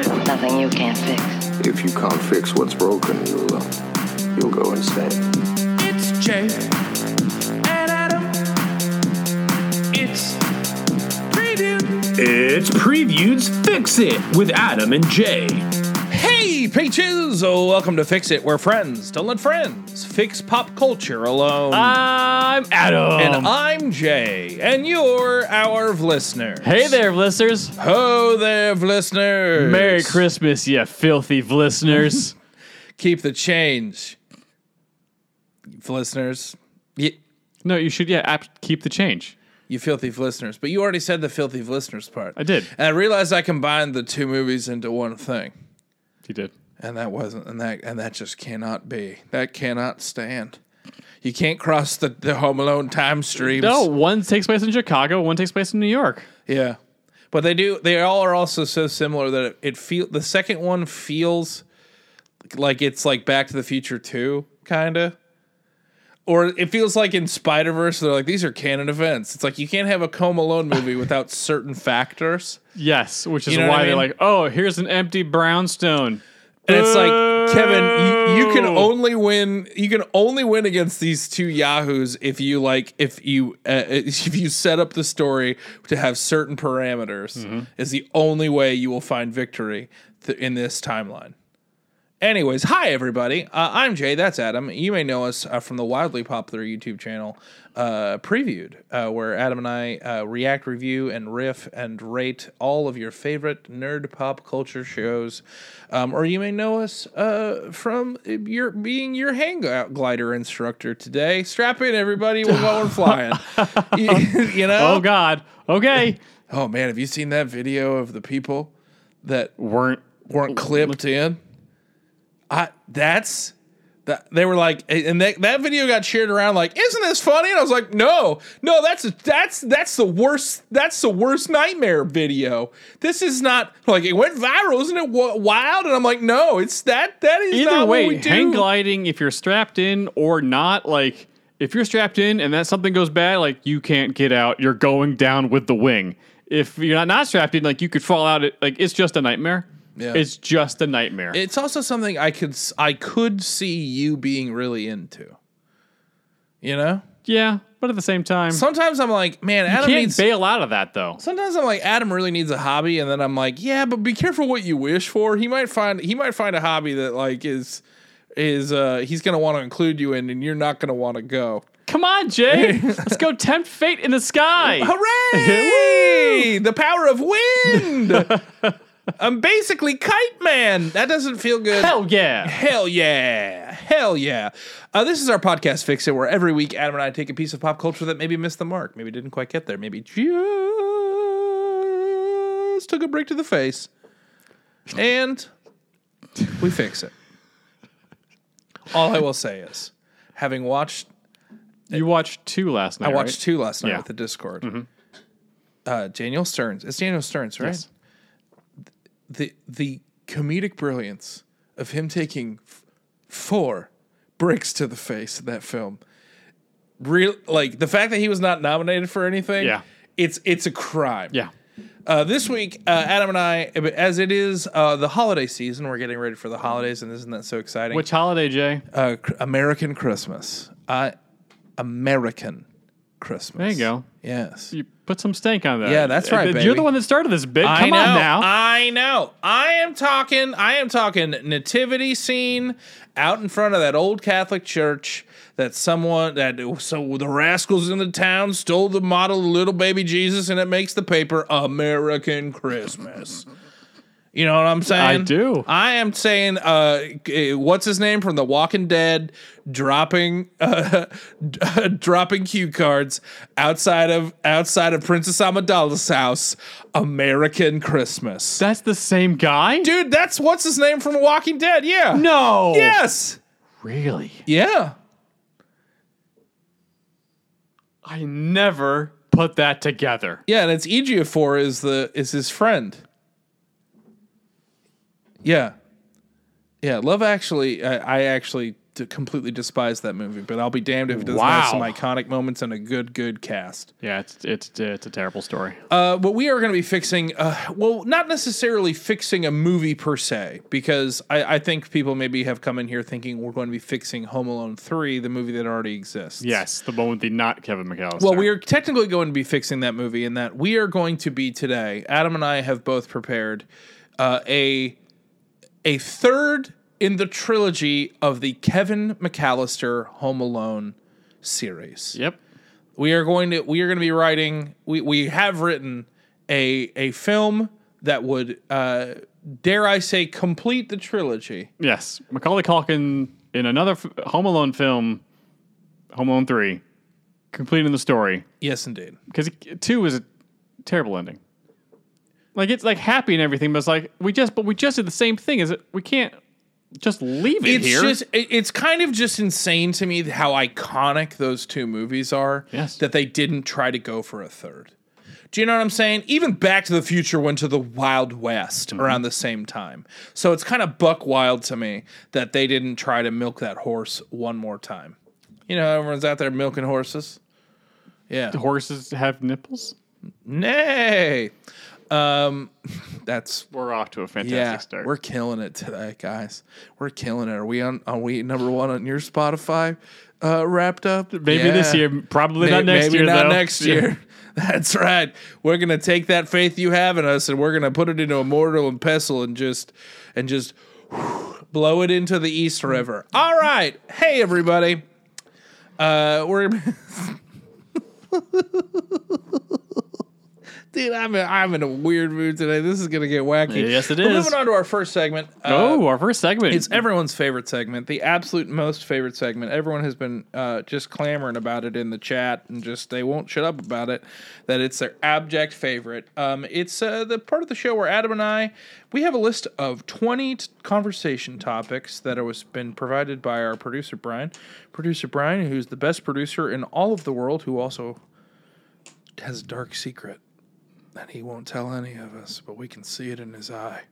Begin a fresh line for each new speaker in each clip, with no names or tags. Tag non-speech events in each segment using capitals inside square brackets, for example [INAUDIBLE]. you can't fix.
If you can't fix what's broken, you'll uh, you'll go insane.
It's Jay and Adam. It's preview.
It's Previews Fix It with Adam and Jay.
Hey, peaches! Oh, welcome to Fix It. We're friends to let friends fix pop culture alone.
Um, I'm Adam.
and I'm Jay, and you're our listener.
hey there, listeners.
Ho there, listeners.
Merry Christmas, you filthy listeners.
Keep the change, listeners. You,
[LAUGHS] no, you should, yeah, ap- keep the change.
you filthy listeners. But you already said the filthy listeners part.
I did.
And I realized I combined the two movies into one thing.
You did.
and that wasn't and that and that just cannot be that cannot stand you can't cross the, the home alone time streams
No, one takes place in Chicago, one takes place in New York.
yeah but they do they all are also so similar that it, it feel the second one feels like it's like back to the future 2 kind of or it feels like in Spider Verse, they're like these are canon events. It's like you can't have a Home Alone movie without certain factors.
Yes, which is
You know what
why
I
they're
mean?
like, oh, here's an empty brownstone.
And it's like, Kevin, you, you can
Boo.
only win. You can only win against these two yahoos if you like, if you uh, if you set up the story to have certain parameters. Is the only way you will find victory th- in this timeline. Anyways, hi everybody. Uh, I'm Jay. That's Adam. You may know us uh, from the wildly popular YouTube channel uh, Previewed, uh, where Adam and I uh, react, review, and riff and rate all of your favorite nerd pop culture shows. Um, or you may know us uh, from your being your hangout glider instructor today. Strap in, everybody. We're
[LAUGHS]
going flying. [LAUGHS] you, you know.
Oh, God. Okay.
oh man, have you seen that video of the people that
[LAUGHS] Weren't.
weren't clipped in. I that's that they were like, and that that video got shared around like, isn't this funny? And I was like, no, no, that's that's that's the worst. That's the worst nightmare video. This is not like it went viral, isn't it w- wild? And I'm like, no, it's that that is
Either
not what
way,
we do.
hang gliding, if you're strapped in or not, like, if you're strapped in and that something goes bad, like, you can't get out. You're going down with the wing. If you're not, not strapped in, like, you could fall out. It, like, it's just a nightmare.
Yeah.
It's just a nightmare.
It's also something I could s- I could see you being really into. You know,
yeah, but at the same time,
sometimes I'm like, man,
you
Adam
can't
needs
bail out of that, though.
Sometimes I'm like Adam really needs a hobby, and then I'm like, yeah, but be careful what you wish for. He might find he might find a hobby that like is is uh he's gonna want to include you in, and you're not gonna want to go.
Come on, Jay. Let's go tempt fate in
[LAUGHS]
the sky.
Hooray! the power of wind. I'm basically kite man. That doesn't feel good.
Hell yeah.
Hell yeah. Hell yeah. Uh, this is our podcast Fix It, where every week Adam and I take a piece of pop culture that maybe missed the mark, maybe didn't quite get there, maybe just took a break to the face, and we fix it. All I will say is, having watched,
You watched two last night.
I watched two last night
Yeah.
with the Discord. Uh, Daniel Stearns. It's Daniel Stearns, right?
Yes.
the the comedic brilliance of him taking f- four bricks to the face in that film. Real like the fact that he was not nominated for anything.
Yeah.
It's it's a crime.
Yeah.
Uh, this week, uh, Adam and I, as it is uh, the holiday season, we're getting ready for the holidays, and isn't that so exciting?
Which holiday, Jay?
uh, cr- American Christmas? I American Christmas.
There you go.
Yes.
You put some stank on that. Uh,
Yeah, that's right,
You're
baby.
the one that started this, big. Come
I know.
on now.
I know. I am talking. I am talking nativity scene out in front of that old Catholic church. That someone that so the rascals in the town stole the model of little baby Jesus, and it makes the paper American Christmas. You know what I'm saying?
do.
I am saying, uh, eh, what's his name from The Walking Dead, dropping, [LAUGHS] uh, dropping cue cards outside of outside of Princess Amidala's house. American Christmas,
that's the same guy?
dude. That's what's his name from The Walking Dead. Yeah.
No.
Yes.
Really?
Yeah.
I never put that together.
Yeah, and it's Ejiofor is the is his friend. Yeah, yeah. Love Actually, I, I actually d- completely despise that movie, but I'll be damned if it doesn't have
Wow.
some iconic moments and a good, good cast.
Yeah, it's it's it's a terrible story.
Uh, but we are going to be fixing, uh, well, not necessarily fixing a movie per se, because I, I think people maybe have come in here thinking we're going to be fixing Home Alone 3, the movie that already exists.
yes, the one with the not Kevin McAllister.
Well, we are technically going to be fixing that movie in that we are going to be today. Adam and I have both prepared uh, a a third in the trilogy of the Kevin McAllister Home Alone series.
Yep.
We are going to we are going to be writing. We we have written a a film that would uh, dare I say complete the trilogy.
Yes, Macaulay Culkin in another f- Home Alone film, Home Alone three, completing the story
Yes, indeed.
because two is a terrible ending. Like it's like happy and everything, but it's like we just but we just did the same thing. Is it we can't just leave it
it's
here?
just it- it's kind of just insane to me how iconic those two movies are
Yes.
that they didn't try to go for a third do you know what i'm saying even back to the future went to the wild west
Mm-hmm.
around the same time so it's kind of buck wild to me that they didn't try to milk that horse one more time you know everyone's out there milking horses yeah
Horses have nipples.
nay um [LAUGHS] that's
We're off to a fantastic
yeah,
start.
we're killing it today, guys. We're killing it. Are we on? Are we number one on your Spotify? Uh, wrapped up.
maybe
Yeah.
this year, probably
May-
not next
maybe
year.
not
though.
next year. [LAUGHS] That's right. We're gonna take that faith you have in us, and we're gonna put it into a mortal and pestle, and just and just [SIGHS] blow it into the East River. All right. Hey, everybody. Uh, we're. [LAUGHS] Dude, I'm in, I'm in a weird mood today. This is gonna get wacky.
Yes, it
But
is.
Moving on to our first segment. Uh,
[LAUGHS] Oh, our first segment.
it's everyone's favorite segment, the absolute most favorite segment. Everyone has been uh, just clamoring about it in the chat, and just they won't shut up about it. That it's their abject favorite. Um, it's uh, the part of the show where Adam and I we have a list of twenty t- conversation topics that was been provided by our producer Brian, producer Brian, who's the best producer in all of the world, who also has a dark secret that he won't tell any of us, but we can see it in his eye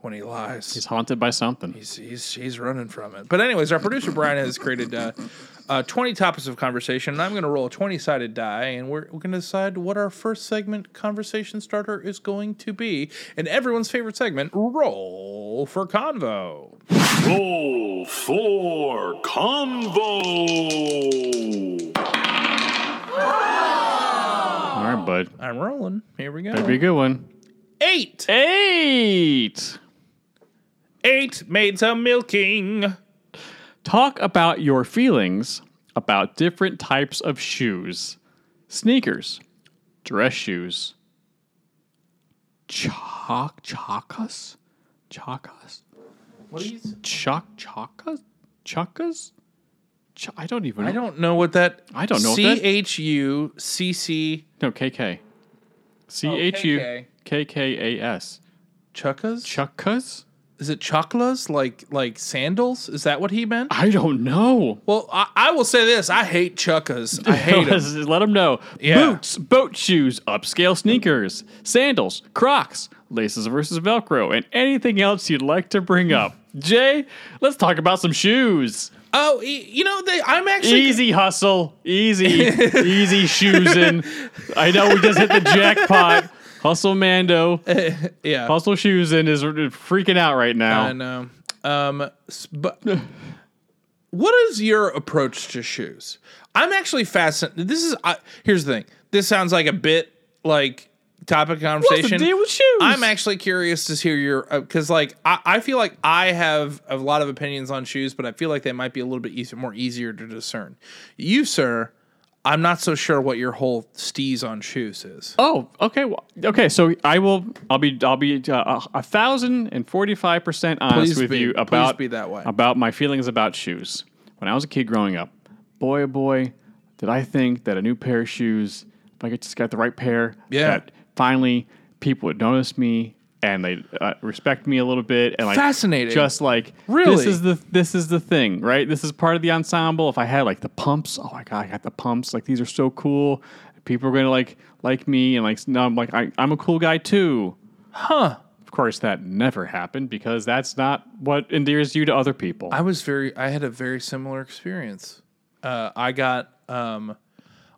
when he lies
He's haunted by something.
he's he's he's running from it. But anyways, our producer Brian has created uh, uh, twenty topics of conversation. And I'm going to roll a twenty sided die, and we're, we're going to decide what our first segment conversation starter is going to be. And everyone's favorite segment, roll for convo.
Roll for convo.
All right, bud.
I'm rolling. Here we
That'd be a
go.
good one.
Eight,
Eight.
eight made some milking.
Talk about your feelings about different types of shoes sneakers, dress shoes, chalk, chacas, chacas,
What are you?
chalk, chacas, chacas. Ch- I don't even
I don't know what that.
I don't know what
C
that-
H U C C
No, KK. C H U
KK.
Oh, K K A S.
chuckas.
Chacas?
Is it choclas like like sandals? Is that what he meant?
I don't know.
Well, I, I will say this: I hate chuckas.
[LAUGHS]
I hate them.
Let them know.
Yeah.
Boots, boat shoes, upscale sneakers, sandals, Crocs, laces versus Velcro, and anything else you'd like to
[LAUGHS]
bring up. Jay, let's talk about some shoes.
Oh, e- you know, they, I'm actually
Easy hustle,
[LAUGHS]
easy, easy shoes in. I know we just hit the jackpot. Hustle Mando,
[LAUGHS] yeah. Uh,
hustle shoes in is freaking out right now.
I know. Um, s- but
[LAUGHS]
what is your approach to shoes? I'm actually fascinated. This is I, here's the thing. This sounds like a bit like topic of conversation.
What's the deal with shoes?
I'm actually curious to hear your because like I, I feel like I have a lot of opinions on shoes, but I feel like they might be a little bit easier, more easier to discern. You, sir, I'm not so sure what your whole steez on shoes is.
Oh, okay. Well, okay, so I will. I'll be. I'll be uh, a thousand and forty-five percent honest
Please
with
be-
you
please
about
be that way.
about my feelings about shoes. When I was a kid growing up, boy, oh boy, did I think that a new pair of shoes, if I could just got the right pair,
Yeah.
that finally people would notice me and they uh, respect me a little bit. And like
Fascinating.
just like
Really?
this is the this is the thing, right? This is part of the ensemble. If I had like the pumps, oh my god, I got the pumps. Like these are so cool. People are gonna like like me, and like now I'm like I, I'm a cool guy too. Huh? Of course, that never happened because that's not what endears you to other people.
I was very I had a very similar experience. Uh, I got um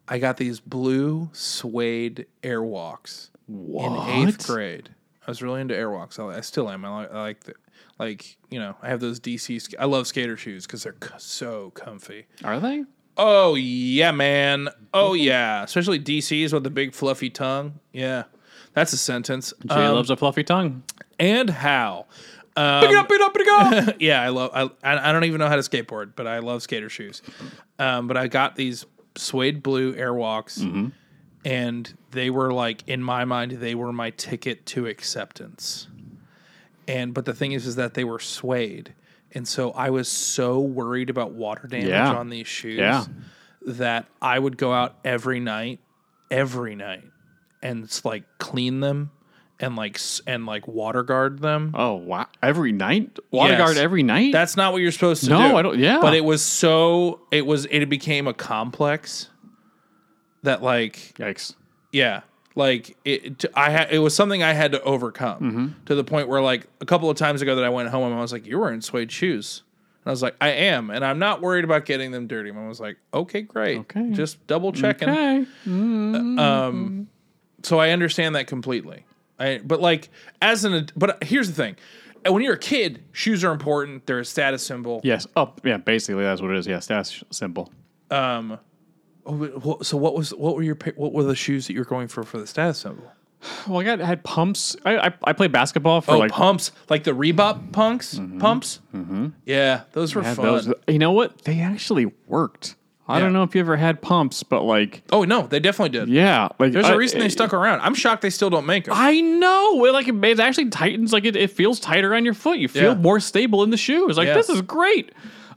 I got these blue suede airwalks in eighth grade. I was really into airwalks. I, I still am. I like, I like the, like you know I have those DC. sk- I love skater shoes because they're c- so comfy.
Are they?
Oh yeah, man. Oh yeah, especially DCs with the big fluffy tongue. Yeah, that's a sentence.
Jay
Um,
loves a fluffy tongue.
and how? Um,
Pick it up, pick it up, pick it up.
[LAUGHS] yeah, I love. I I I don't even know how to skateboard, but I love skater shoes. Um, but I got these suede blue Airwalks,
Mm-hmm.
and they were like in my mind they were my ticket to acceptance. And but the thing is, is that they were suede, and so I was so worried about water damage
Yeah.
on these shoes
Yeah.
that I would go out every night, every night, and it's like clean them. And like s- and like water guard them.
oh, wow. Every night? Waterguard
Yes.
every night?
That's not what you're supposed to do.
No, I don't- yeah.
But it was so it was it became a complex that like
Yikes.
yeah, like it t- I had it was something I had to overcome
Mm-hmm.
to the point where like a couple of times ago that I went home and I was like you're wearing suede shoes. And I was like, I am, and I'm not worried about getting them dirty. Mom was like, okay, great.
Okay.
Just double checking.
Okay.
So I understand that completely. I, but like as an ad- but here's the thing. When you're a kid, shoes are important. They're a status symbol.
Yes. Up. yeah, basically that's what it is. Yes, that's simple.
Oh, but wha- So what was what were your pi- what were the shoes that you were going for for the status symbol?
Well, I got I had pumps. I I, I played basketball for
Oh,
like
pumps like the Reebok punks pumps. Yeah, those were
I had
fun.
those. uh, You know what? They actually worked. I
Yeah.
don't know if you ever had pumps, but like
oh no, they definitely did.
yeah, like
There's
a
a reason they stuck around. I'm shocked they still don't make them.
I know. It, like it, it actually tightens. Like it, it feels tighter on your foot. You feel
Yeah.
more stable in the shoes. Like
Yeah.
this is great.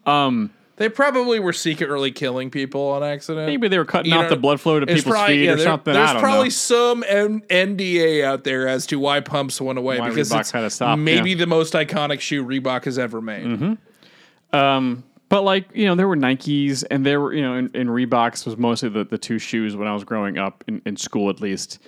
they probably were secretly killing people on accident.
Maybe they were cutting
You
out
know,
the blood flow to
it's
people's
probably-
feet
yeah,
or
there-
something.
There's
I don't
probably
know.
some N- NDA out there as to why pumps went away
Why
because
Reebok
it's
kinda stopped,
maybe
yeah. Mm-hmm.
the most iconic shoe Reebok has ever made.
Um, but like you know, there were Nikes, and there were you know, and, and Reeboks was mostly the, the two shoes when I was growing up in, in school at least,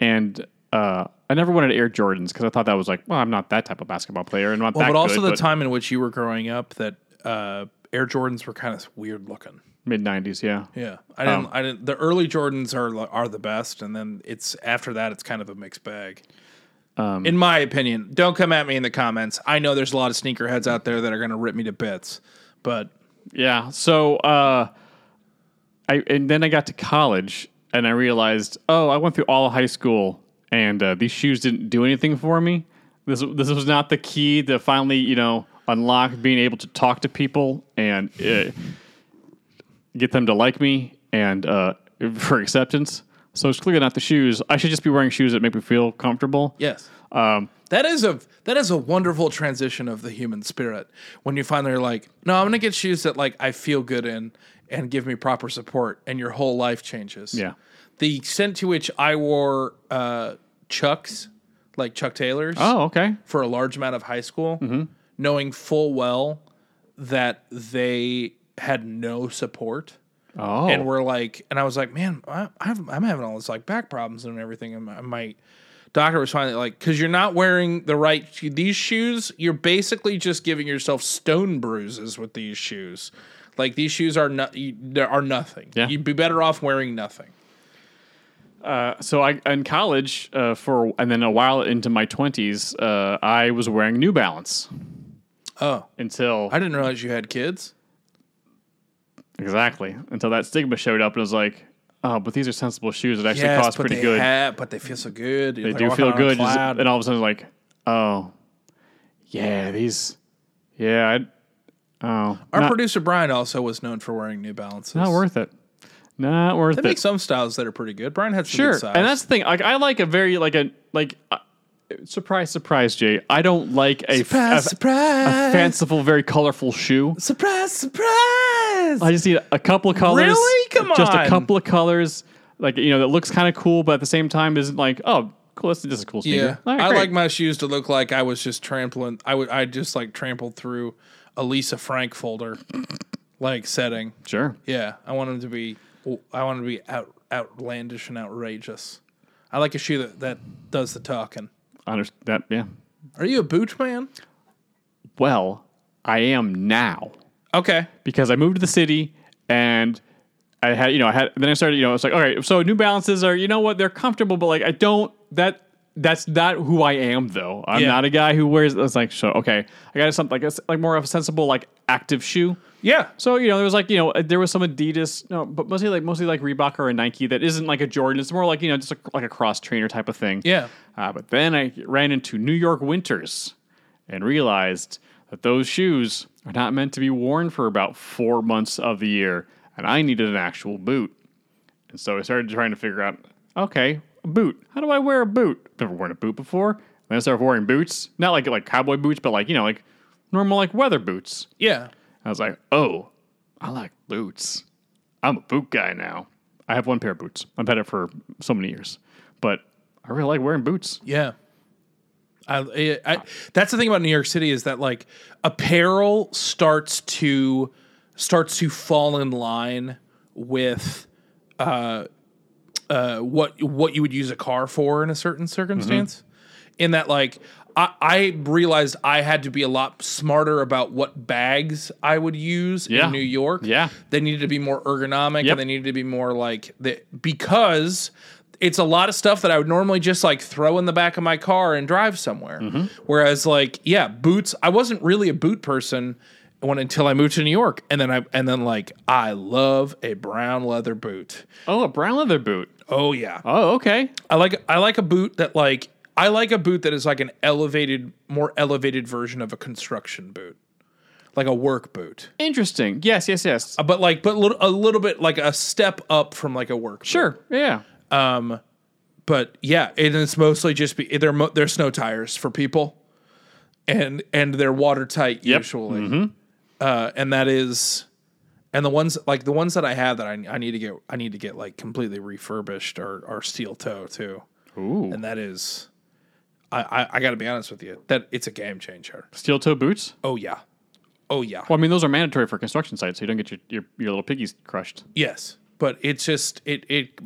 and uh, I never wanted Air Jordans because I thought that was like, well, I'm not that type of basketball player, and not
Well,
that.
but also
good,
the time in which you were growing up that uh, Air Jordans were kind of weird looking.
mid '90s, yeah.
Yeah, I didn't.
Um,
I didn't. The early Jordans are li- are the best, and then it's after that it's kind of a mixed bag.
Um,
in my opinion, don't come at me in the comments. I know there's a lot of sneakerheads out there that are going to rip me to bits, but
Yeah. So uh I and then I got to college and I realized, oh, I went through all of high school and uh, these shoes didn't do anything for me. This this was not the key to finally, you know, unlock being able to talk to people and uh, get them to like me and uh, for acceptance. So it's clearly not the shoes. I should just be wearing shoes that make me feel comfortable.
yes, um, that is a that is a wonderful transition of the human spirit when you finally are like, no, I'm going to get shoes that like I feel good in and give me proper support, and your whole life changes.
Yeah.
the extent to which I wore uh, Chucks, like Chuck Taylors.
Oh, Mm-hmm. okay.
for a large amount of high school, knowing full well that they had no support
Oh,
and were like, and I was like, man, I, I've, I'm having all this like back problems and everything. And my, my doctor was finally like, because you're not wearing the right sho- these shoes, you're basically just giving yourself stone bruises with these shoes. Like these shoes are not, there are nothing.
Yeah.
You'd be better off wearing nothing.
so I in college uh, for and then a while into my twenties, uh, I was wearing New Balance.
Oh.
until
I didn't realize you had kids.
exactly until that stigma showed up and was like, oh, but these are sensible shoes that actually cost
but
pretty
they
good.
ha- but they feel so good.
they do feel good, just- and all of a sudden like, oh, yeah, these, yeah, I, oh,
Our
not,
producer Brian also was known for wearing New Balances.
not worth it, not worth
They
it.
make some styles that are pretty good. Brian had some
Sure,
good styles.
and that's the thing. Like, I like a very like a like. Uh, surprise, surprise, Jay. I don't like a, f-
surprise,
a-
surprise,
a fanciful, very colorful shoe.
surprise, surprise.
I just need a couple of colors.
Really? Come
Just a
on.
couple of colors. Like you know, that looks kind of cool, but at the same time, isn't like oh, cool. This, this is a cool sneaker.
yeah,
All right,
I
great.
like my shoes to look like I was just trampling. I would, I just like trampled through a Lisa Frank folder, like setting.
sure.
Yeah, I want them to be. I want them to be out, outlandish and outrageous. I like a shoe that that does the talking.
I understand that. Yeah,
Are you a boot man?
Well, I am now
Okay.
because I moved to the city and I had, you know, I had, then I started, you know, it's like, all right, so New Balances are, you know what, they're comfortable, but like, I don't, that, that's not who I am though. I'm
Yeah.
not a guy who wears, it's like, so, okay, I got something like, it's like more of a sensible, like active shoe.
Yeah.
So, you know, there was like, you know, uh, there was some Adidas, no, but mostly like, mostly like Reebok or a Nike that isn't like a Jordan. It's more like, you know, just like, like a cross trainer type of thing.
Yeah.
Uh, but then I ran into New York winters and realized that those shoes are not meant to be worn for about four months of the year, and I needed an actual boot. And so I started trying to figure out, okay, a boot. How do I wear a boot? Never worn a boot before. And then I started wearing boots, not like like cowboy boots, but like you know, like normal like weather boots.
Yeah.
I was like, oh, I like boots. I'm a boot guy now. I have one pair of boots. I've had it for so many years, but I really like wearing boots.
Yeah. I, I, I, that's the thing about New York City is that like apparel starts to starts to fall in line with uh, uh, what what you would use a car for in a certain circumstance.
Mm-hmm.
In that like I, I realized I had to be a lot smarter about what bags I would use
Yeah.
in New York.
Yeah.
they needed to be more ergonomic
Yep.
and they needed to be more like the because it's a lot of stuff that I would normally just like throw in the back of my car and drive somewhere. Whereas like yeah, boots, I wasn't really a boot person when until I moved to New York and then I and then like I love a brown leather boot.
Oh, a brown leather boot.
Oh yeah.
Oh, okay.
I like I like a boot that like I like a boot that is like an elevated more elevated version of a construction boot. Like a work boot.
Interesting. Yes, yes, yes.
Uh, But like but lit- a little bit like a step up from like a work. boot.
sure. Yeah.
but yeah, and it's mostly just be they're mo- they're snow tires for people, and and they're watertight usually, uh, and that is, and the ones like the ones that I have that I, I need to get I need to get like completely refurbished are are steel toe too,
Ooh.
and that is, I I, I got to be honest with you that it's a game changer.
Steel toe boots.
Oh yeah, oh yeah,
Well, I mean, those are mandatory for construction sites, so you don't get your, your, your little piggies crushed.
yes, but it's just it it.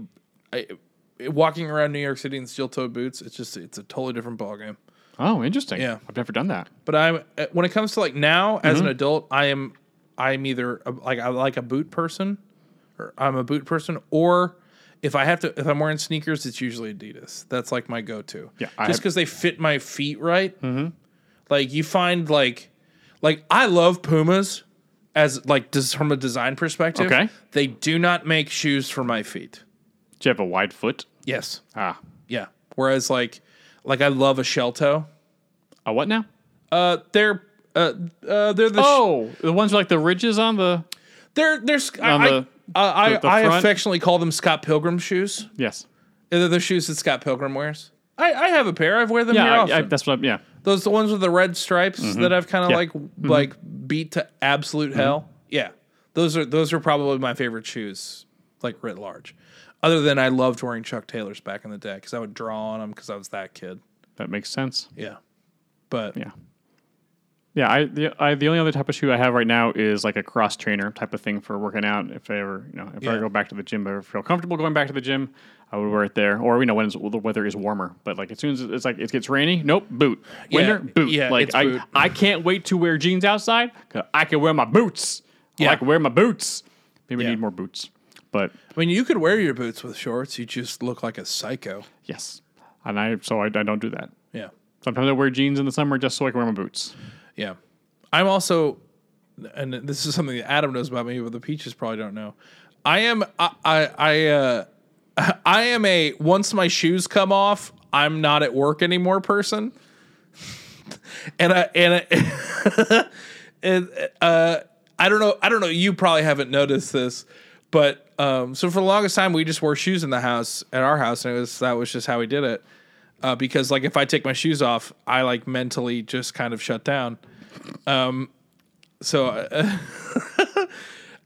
I, it- Walking around New York City in steel-toed boots, it's just it's a totally different ballgame.
Oh, interesting.
Yeah.
I've never done that.
but I'm uh, when it comes to like now as
Mm-hmm.
an adult, I am I'm either a, like I like a boot person, or I'm a boot person, or if I have to if I'm wearing sneakers, it's usually Adidas. That's like my go to.
Yeah, I
just
have-
because they fit my feet right. Mm-hmm. Like you find like like I love Pumas as like des- from a design perspective.
Okay.
they do not make shoes for my feet.
Do you have a wide foot?
Yes,
Ah.
yeah. Whereas like like I love a shell toe.
A what now?
Uh, they're uh, uh, they're the sh-
Oh, the ones with, like the ridges on the.
They're they're sc-
On
I,
the-
I, I,
the- the
I
front?
affectionately call them Scott Pilgrim shoes.
Yes.
They're the shoes that Scott Pilgrim wears. I, I have a pair. I've wear them here
Yeah, I, I,
often.
that's what. I'm, yeah.
Those the ones with the red stripes that I've kind of
Yeah. Mm-hmm.
like like beat to absolute hell. Yeah, those are those are probably my favorite shoes, like writ large. Other than I loved wearing Chuck Taylors back in the day because I would draw on them because I was that kid.
That makes sense.
Yeah, but
Yeah. Yeah, I the I, the only other type of shoe I have right now is like a cross trainer type of thing for working out. If I ever, you know, if I
Yeah.
go back to the gym, if I feel comfortable going back to the gym, I would wear it there. Or you know, when it's, the weather is warmer, but like as soon as it's like it gets rainy, nope, boot. Winter,
Yeah,
boot.
yeah,
like
it's
I
boot.
I can't wait to wear jeans outside. 'cause I can wear my boots.
Yeah.
I can wear my boots. Maybe
Yeah.
I need more boots, but
I mean, you could wear your boots with shorts. You just look like a psycho.
yes, and I so I, I don't do that.
Yeah.
Sometimes I wear jeans in the summer just so I can wear my boots.
Yeah. I'm also, and this is something that Adam knows about me, but the peaches probably don't know. I am, I, I, I, uh, [LAUGHS] I am a once my shoes come off, I'm not at work anymore person. and I, and I, [LAUGHS] and, uh, I don't know, I don't know, you probably haven't noticed this, but, um, so for the longest time, we just wore shoes in the house at our house, and it was that was just how we did it uh, because like if I take my shoes off, I like mentally just kind of shut down. Um, so, [LAUGHS] uh,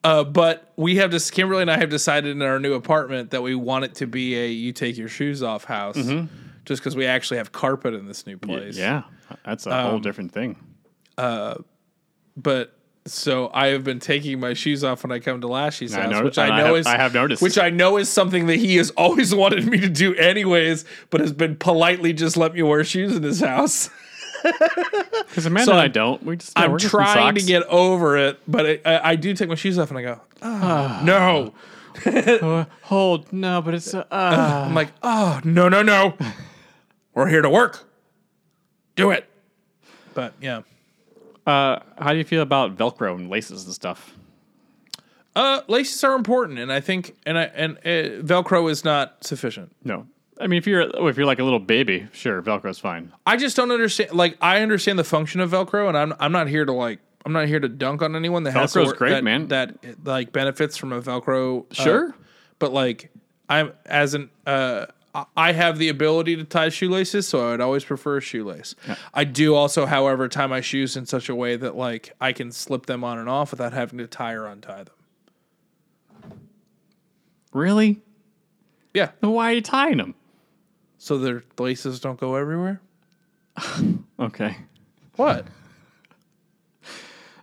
uh, but we have this. Kimberly and I have decided in our new apartment that we want it to be a you take your shoes off house, just because we actually have carpet in this new place.
Yeah, that's a
Um,
whole different thing.
but. So I have been taking my shoes off when I come to Lashy's
I
house,
know-
which I
and I
know
have-
is
I have noticed.
which I know is something that he has [LAUGHS] always wanted me to do anyways, but has been politely just let me wear shoes in his house.
Because Amanda
So
and I
I'm-
don't. We just, [LAUGHS] yeah,
I'm
we're just in
trying to
socks.
get over it, but I, I, I do take my shoes off and I go, oh,
Ah.
no.
hold. No, but it's uh, uh,
I'm like, oh, no, no,
[LAUGHS]
no. We're here to work. Do it. But yeah.
how do you feel about Velcro and laces and stuff?
Uh, laces are important, and I think, and I and uh, Velcro is not sufficient.
No, I mean if you're oh, if you're like a little baby, sure, Velcro's fine.
I just don't understand. Like, I understand the function of Velcro, and I'm I'm not here to like I'm not here to dunk on anyone that has to
Velcro's
work-
great,
that,
man.
That like benefits from a Velcro. uh,
Sure.
but like I'm as an uh, I- I have the ability to tie shoelaces, so I would always prefer a shoelace. I do also, however, tie my shoes in such a way that like I can slip them on and off without having to tie or untie them.
Really?
Yeah,
Then why are you tying them?
so their laces don't go everywhere.
Okay.
What?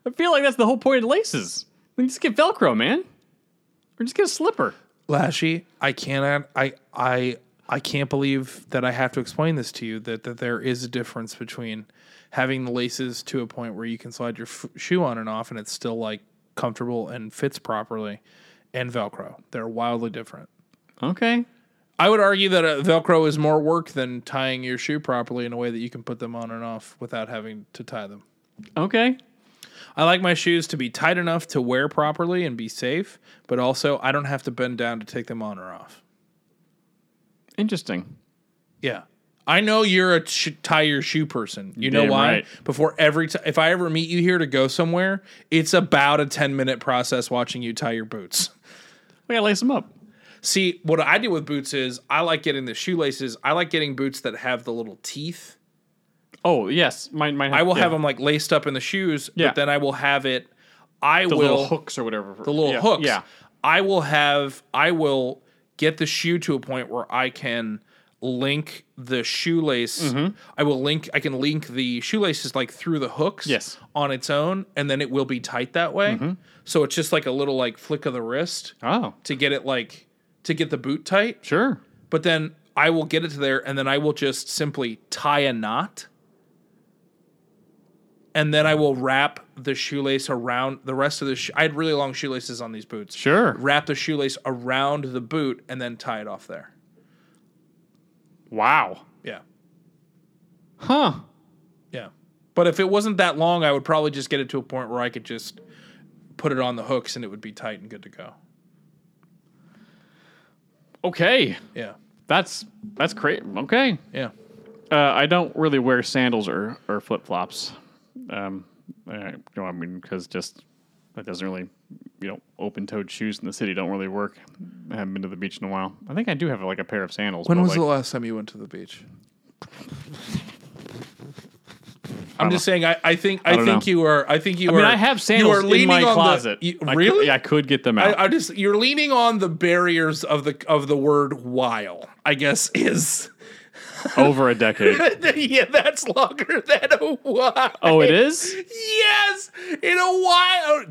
I feel like that's the whole point of laces. Then just get Velcro, man, or just get a slipper.
Lashy, I cannot. I I I can't believe that I have to explain this to you. That that there is a difference between having the laces to a point where you can slide your f- shoe on and off, and it's still like comfortable and fits properly, and Velcro. They're wildly different.
Okay.
I would argue that uh, Velcro is more work than tying your shoe properly in a way that you can put them on and off without having to tie them.
Okay.
I like my shoes to be tight enough to wear properly and be safe, but also I don't have to bend down to take them on or off.
Interesting.
Yeah. I know you're a sh- tie your shoe person. You know
Damn
why?
right.
Before every time, if I ever meet you here to go somewhere, it's about a 10 minute process watching you tie your boots. [LAUGHS]
We gotta lace them up.
See, what I do with boots is I like getting the shoelaces. I like getting boots that have the little teeth.
Oh yes, mine. mine
I will
yeah.
have them like laced up in the shoes,
Yeah.
but then I will have it. I
the
will
little hooks or whatever.
the little hooks.
Yeah.
I will have I will get the shoe to a point where I can link the shoelace.
Mm-hmm.
I will link I can link the shoelaces like through the hooks
Yes. Mm-hmm.
on its own and then it will be tight that way. So it's just like a little like flick of the wrist
Oh,
to get it like to get the boot tight.
sure.
But then I will get it to there and then I will just simply tie a knot. And then I will wrap the shoelace around the rest of the. Sh- I had really long shoelaces on these boots
Sure.
wrap the shoelace around the boot and then tie it off there.
Wow.
Yeah.
Huh.
Yeah. But if it wasn't that long, I would probably just get it to a point where I could just put it on the hooks and it would be tight and good to go.
Okay.
Yeah.
That's that's great. Okay.
Yeah.
Uh, I don't really wear sandals or or flip flops. Um, I, you know, I mean, because just that doesn't really, you know, open toed shoes in the city don't really work. I haven't been to the beach in a while. I think I do have like a pair of sandals.
When
but,
was
like,
the last time you went to the beach? I'm just saying. I, I think I,
don't
think
know.
you are. I think you
I mean,
are.
I have
you
sandals
are leaning
in my
on
closet.
The, you-
I could-
really?
I could get them out. [LAUGHS]
I, I just you're leaning on the barriers of the of the word while. I guess is [LAUGHS]
Over a decade.
yeah. That's longer than a while.
oh, it is.
Yes, in a while.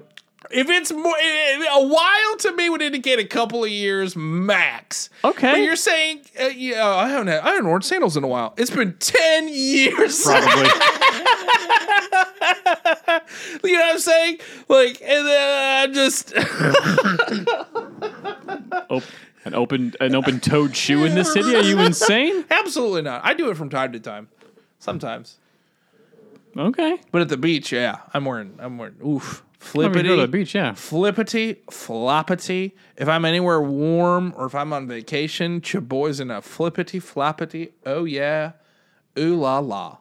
If it's more, a while to me would indicate a couple of years max.
Okay.
But you're saying, uh, yeah, I haven't, had, I haven't worn sandals in a while. It's been ten years. [LAUGHS]
Probably.
you know what I'm saying? Like, and then I just [LAUGHS]
Op- an open an open toed shoe
[LAUGHS]
in this city? Are you insane?
absolutely not. I do it from time to time, sometimes.
Okay.
But at the beach, yeah, I'm wearing, I'm wearing, oof,
Let me
flippity.
go to the beach. Yeah.
flippity floppity. If I'm anywhere warm or if I'm on vacation, chaboy's in a flippity floppity. Oh yeah, ooh la la.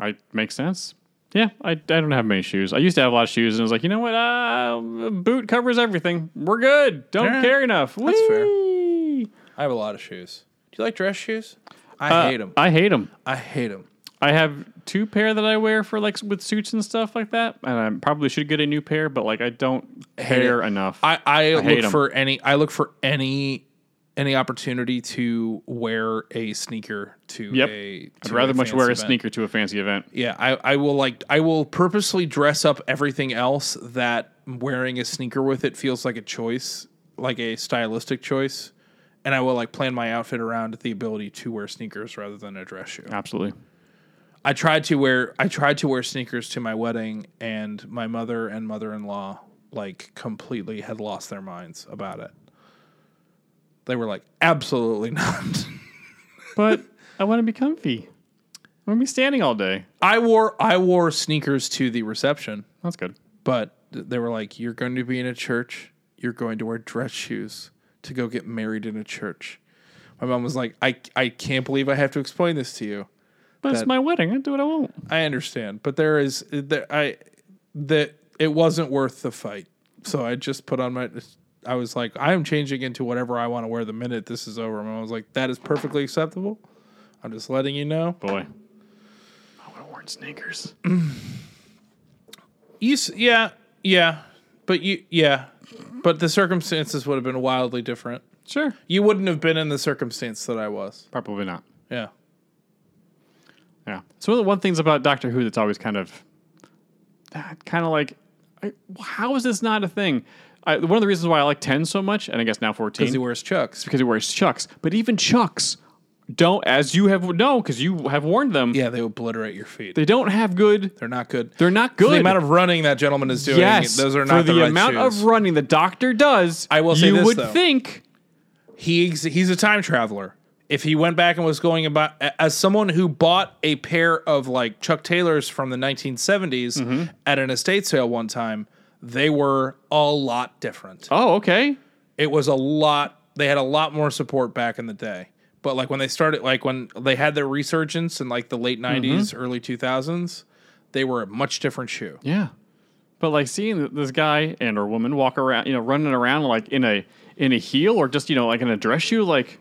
I makes sense. Yeah, I, I don't have many shoes. I used to have a lot of shoes, and I was like, you know what? Uh, a boot covers everything. We're good. Don't
Alright.
care enough. That's
fair. I have a lot of shoes. Do you like dress shoes? I
Uh,
hate 'em. hate them.
I hate them.
I hate them.
I have two pair that I wear for like with suits and stuff like that, and I probably should get a new pair, but like I don't care enough.
I, I,
hate
look
'em.
for any. I look for any any opportunity to wear a sneaker to
Yep.
a.
I'd
to
rather
a
much
fancy
wear a
event.
sneaker to a fancy event.
[LAUGHS] Yeah, I, I will like I will purposely dress up everything else that wearing a sneaker with it feels like a choice, like a stylistic choice, and I will like plan my outfit around the ability to wear sneakers rather than a dress shoe.
Absolutely.
I tried to wear I tried to wear sneakers to my wedding, and my mother and mother in law like completely had lost their minds about it. They were like, absolutely not. [LAUGHS]
But I want to be comfy. I want to be standing all day.
I wore I wore sneakers to the reception,
That's good.
but th- they were like, "You're going to be in a church. You're going to wear dress shoes to go get married in a church." My mom was like, "I I can't believe I have to explain this to you.
But
That-
it's my wedding. I do what I want.
I understand, but there is there I that it wasn't worth the fight. So I just put on my." I was like, I am changing into whatever I want to wear the minute this is over. My mom was like, that is perfectly acceptable. I'm just letting you know.
Boy. I would have worn sneakers.
You s- yeah yeah, but you yeah, but the circumstances would have been wildly different.
Sure.
You wouldn't have been in the circumstance that I was.
Probably not.
Yeah.
Yeah. It's one of the one things about Doctor Who that's always kind of, kind of like, I, how is this not a thing? I, one of the reasons why I like 10 so much, and I guess now 14,
Because he wears chucks.
because he wears chucks. But even chucks don't, as you have, no, because you have warned them,
Yeah, they obliterate your feet.
they don't have good,
They're not good.
they're not
For
good.
the amount of running that gentleman is doing.
yes,
those are not
for the,
right
amount
shoes.
of running the doctor does.
I will say
you
this,
would
though.
think
he ex- he's a time traveler. If he went back and was going about a- as someone who bought a pair of like Chuck Taylors from the 1970s
Mm-hmm.
at an estate sale one time, they were a lot different.
Oh, okay.
it was a lot they had a lot more support back in the day but like when they started like when they had their resurgence in like the late
Mm-hmm.
90s early 2000s they were a much different shoe
Yeah. But like seeing th- this guy and or woman walk around, you know, running around like in a in a heel or just you know like in a dress shoe, like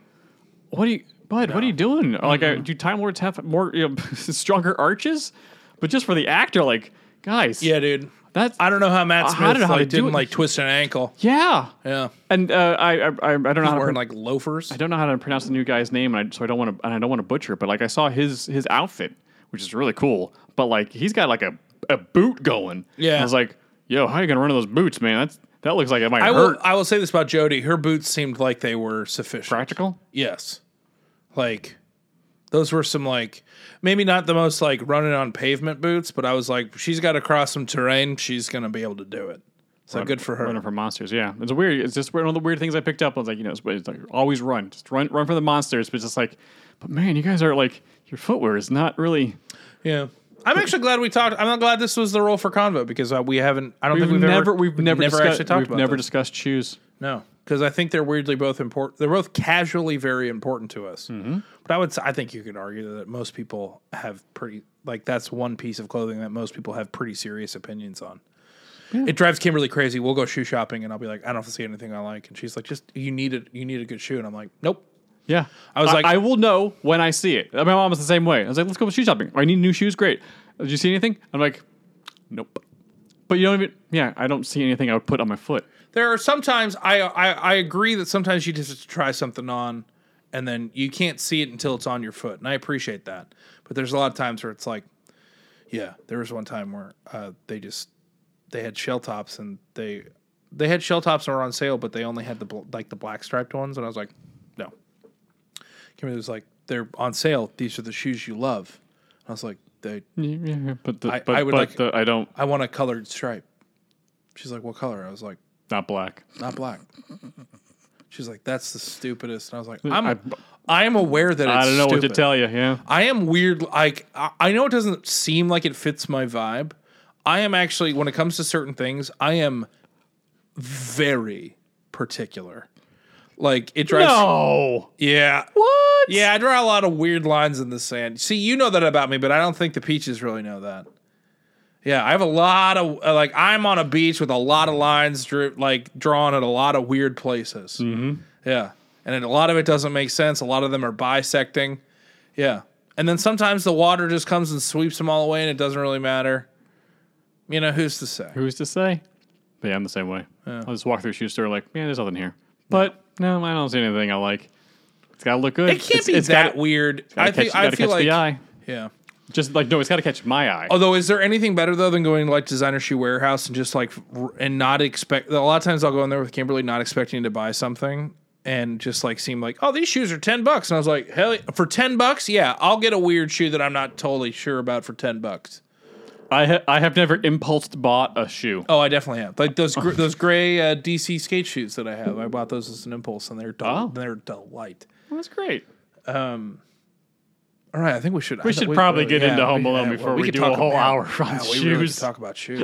what are you, bud? What are you doing? Or, Like, uh
Mm-hmm.
do Time Lords have more you know, [LAUGHS] stronger arches? But just for the actor, like guys,
yeah dude
that's
i don't know how matt
I- I
smith
don't know how
like,
to do
didn't
it.
like twist an ankle
yeah.
yeah
And uh, I, I I I don't know how to
wearing
pro-
like loafers
I don't know how to pronounce the new guy's name, and I, so I don't want to and I don't want to butcher it. But like I saw his his outfit, which is really cool. But like he's got like a, a boot going.
Yeah.
And I was like, yo, how are you gonna run in those boots, man? That's that looks like it might
I will,
hurt.
I will say this about jody her boots seemed like they were sufficient
Practical.
yes like those were some like maybe not the most like running on pavement boots but i was like she's got to cross some terrain she's gonna be able to do it so good for her
Running from monsters, yeah. It's a weird. It's just one of the weird things I picked up. I was like, you know, it's, it's like always run, just run, run for the monsters. But it's just like, but man, you guys are like your footwear is not really.
Yeah. I'm actually glad we talked. I'm not glad this was the role for Convo because uh, we haven't. I don't
We've,
think we've
never,
ever
we've never, discussed,
actually talked
we've
about
never
this.
discussed shoes.
no, because I think they're weirdly both important. They're both casually very important to us. But I would. s- I think you could argue that most people have pretty like that's one piece of clothing that most people have pretty serious opinions on. It drives Kimberly crazy. We'll go shoe shopping, and I'll be like, I don't see anything I like, and she's like, just you need it. You need a good shoe, and I'm like, nope.
Yeah.
I was like-
I will know when I see it. My mom was the same way. I was like, let's go shoe shopping. I need new shoes. Great. Did you see anything? I'm like, nope. But you don't even, yeah, I don't see anything I would put on my foot.
there are sometimes I, I I agree that sometimes you just have to try something on, and then you can't see it until it's on your foot, and I appreciate that. But there's a lot of times where it's like, yeah, there was one time where uh, they just they had shell tops and they they had shell tops that were on sale, but they only had the bl- like the black striped ones, and I was like, no. Kimberly was like, they're on sale. These are the shoes you love. I was like, they
Yeah, yeah, yeah. But the,
I-
but,
I would
but
like-
the, I don't,
I want a colored stripe. She's like, what color? I was like.
not black.
not black. [LAUGHS] She's like, that's the stupidest. And I was like,
I-
I'm, I am aware that it's
I don't know what to
stupid.
tell you. Yeah.
I am weird. Like, I, I know it doesn't seem like it fits my vibe. I am actually, when it comes to certain things, I am very particular. Like, it drives.
No.
Yeah.
What?
Yeah, I draw a lot of weird lines in the sand. See, you know that about me, but I don't think the peaches really know that. Yeah, I have a lot of uh, like I'm on a beach with a lot of lines drew, like drawn at a lot of weird places. Mm-hmm. Yeah, and then a lot of it doesn't make sense. A lot of them are bisecting. Yeah, and then sometimes the water just comes and sweeps them all away, and it doesn't really matter. You know who's to say?
Who's to say? But yeah, I'm the same way. I'll just walk through a shoe store like, man, there's nothing here. But no, I don't see anything I like. It's got to look good.
It can't
It's-
be
it's
that
gotta-
weird.
gotta
I
catch,
think
gotta
I feel
catch
like Oh.
the eye.
yeah.
Just like no, it's got to catch my eye.
Although, is there anything better though than going to like designer shoe warehouse and just like r- and not expect? A lot of times I'll go in there with Kimberly, not expecting to buy something, and just like seemed like, oh, these shoes are 10 bucks. And I was like, hell, for 10 bucks? Yeah, I'll get a weird shoe that I'm not totally sure about for 10 bucks.
I ha- I have never impulsed bought a shoe.
Oh, I definitely have. Like those gr- those gray uh, DC skate shoes that I have. I bought those as an impulse and they're del-
Oh.
they're delight.
Well, that's great.
All right, I think we should. I
should
thought
probably get into Home
we-
Alone
well,
before we
could
do
talk
a whole
about-
hour on
we really could
shoes.
talk about
[LAUGHS]
shoes.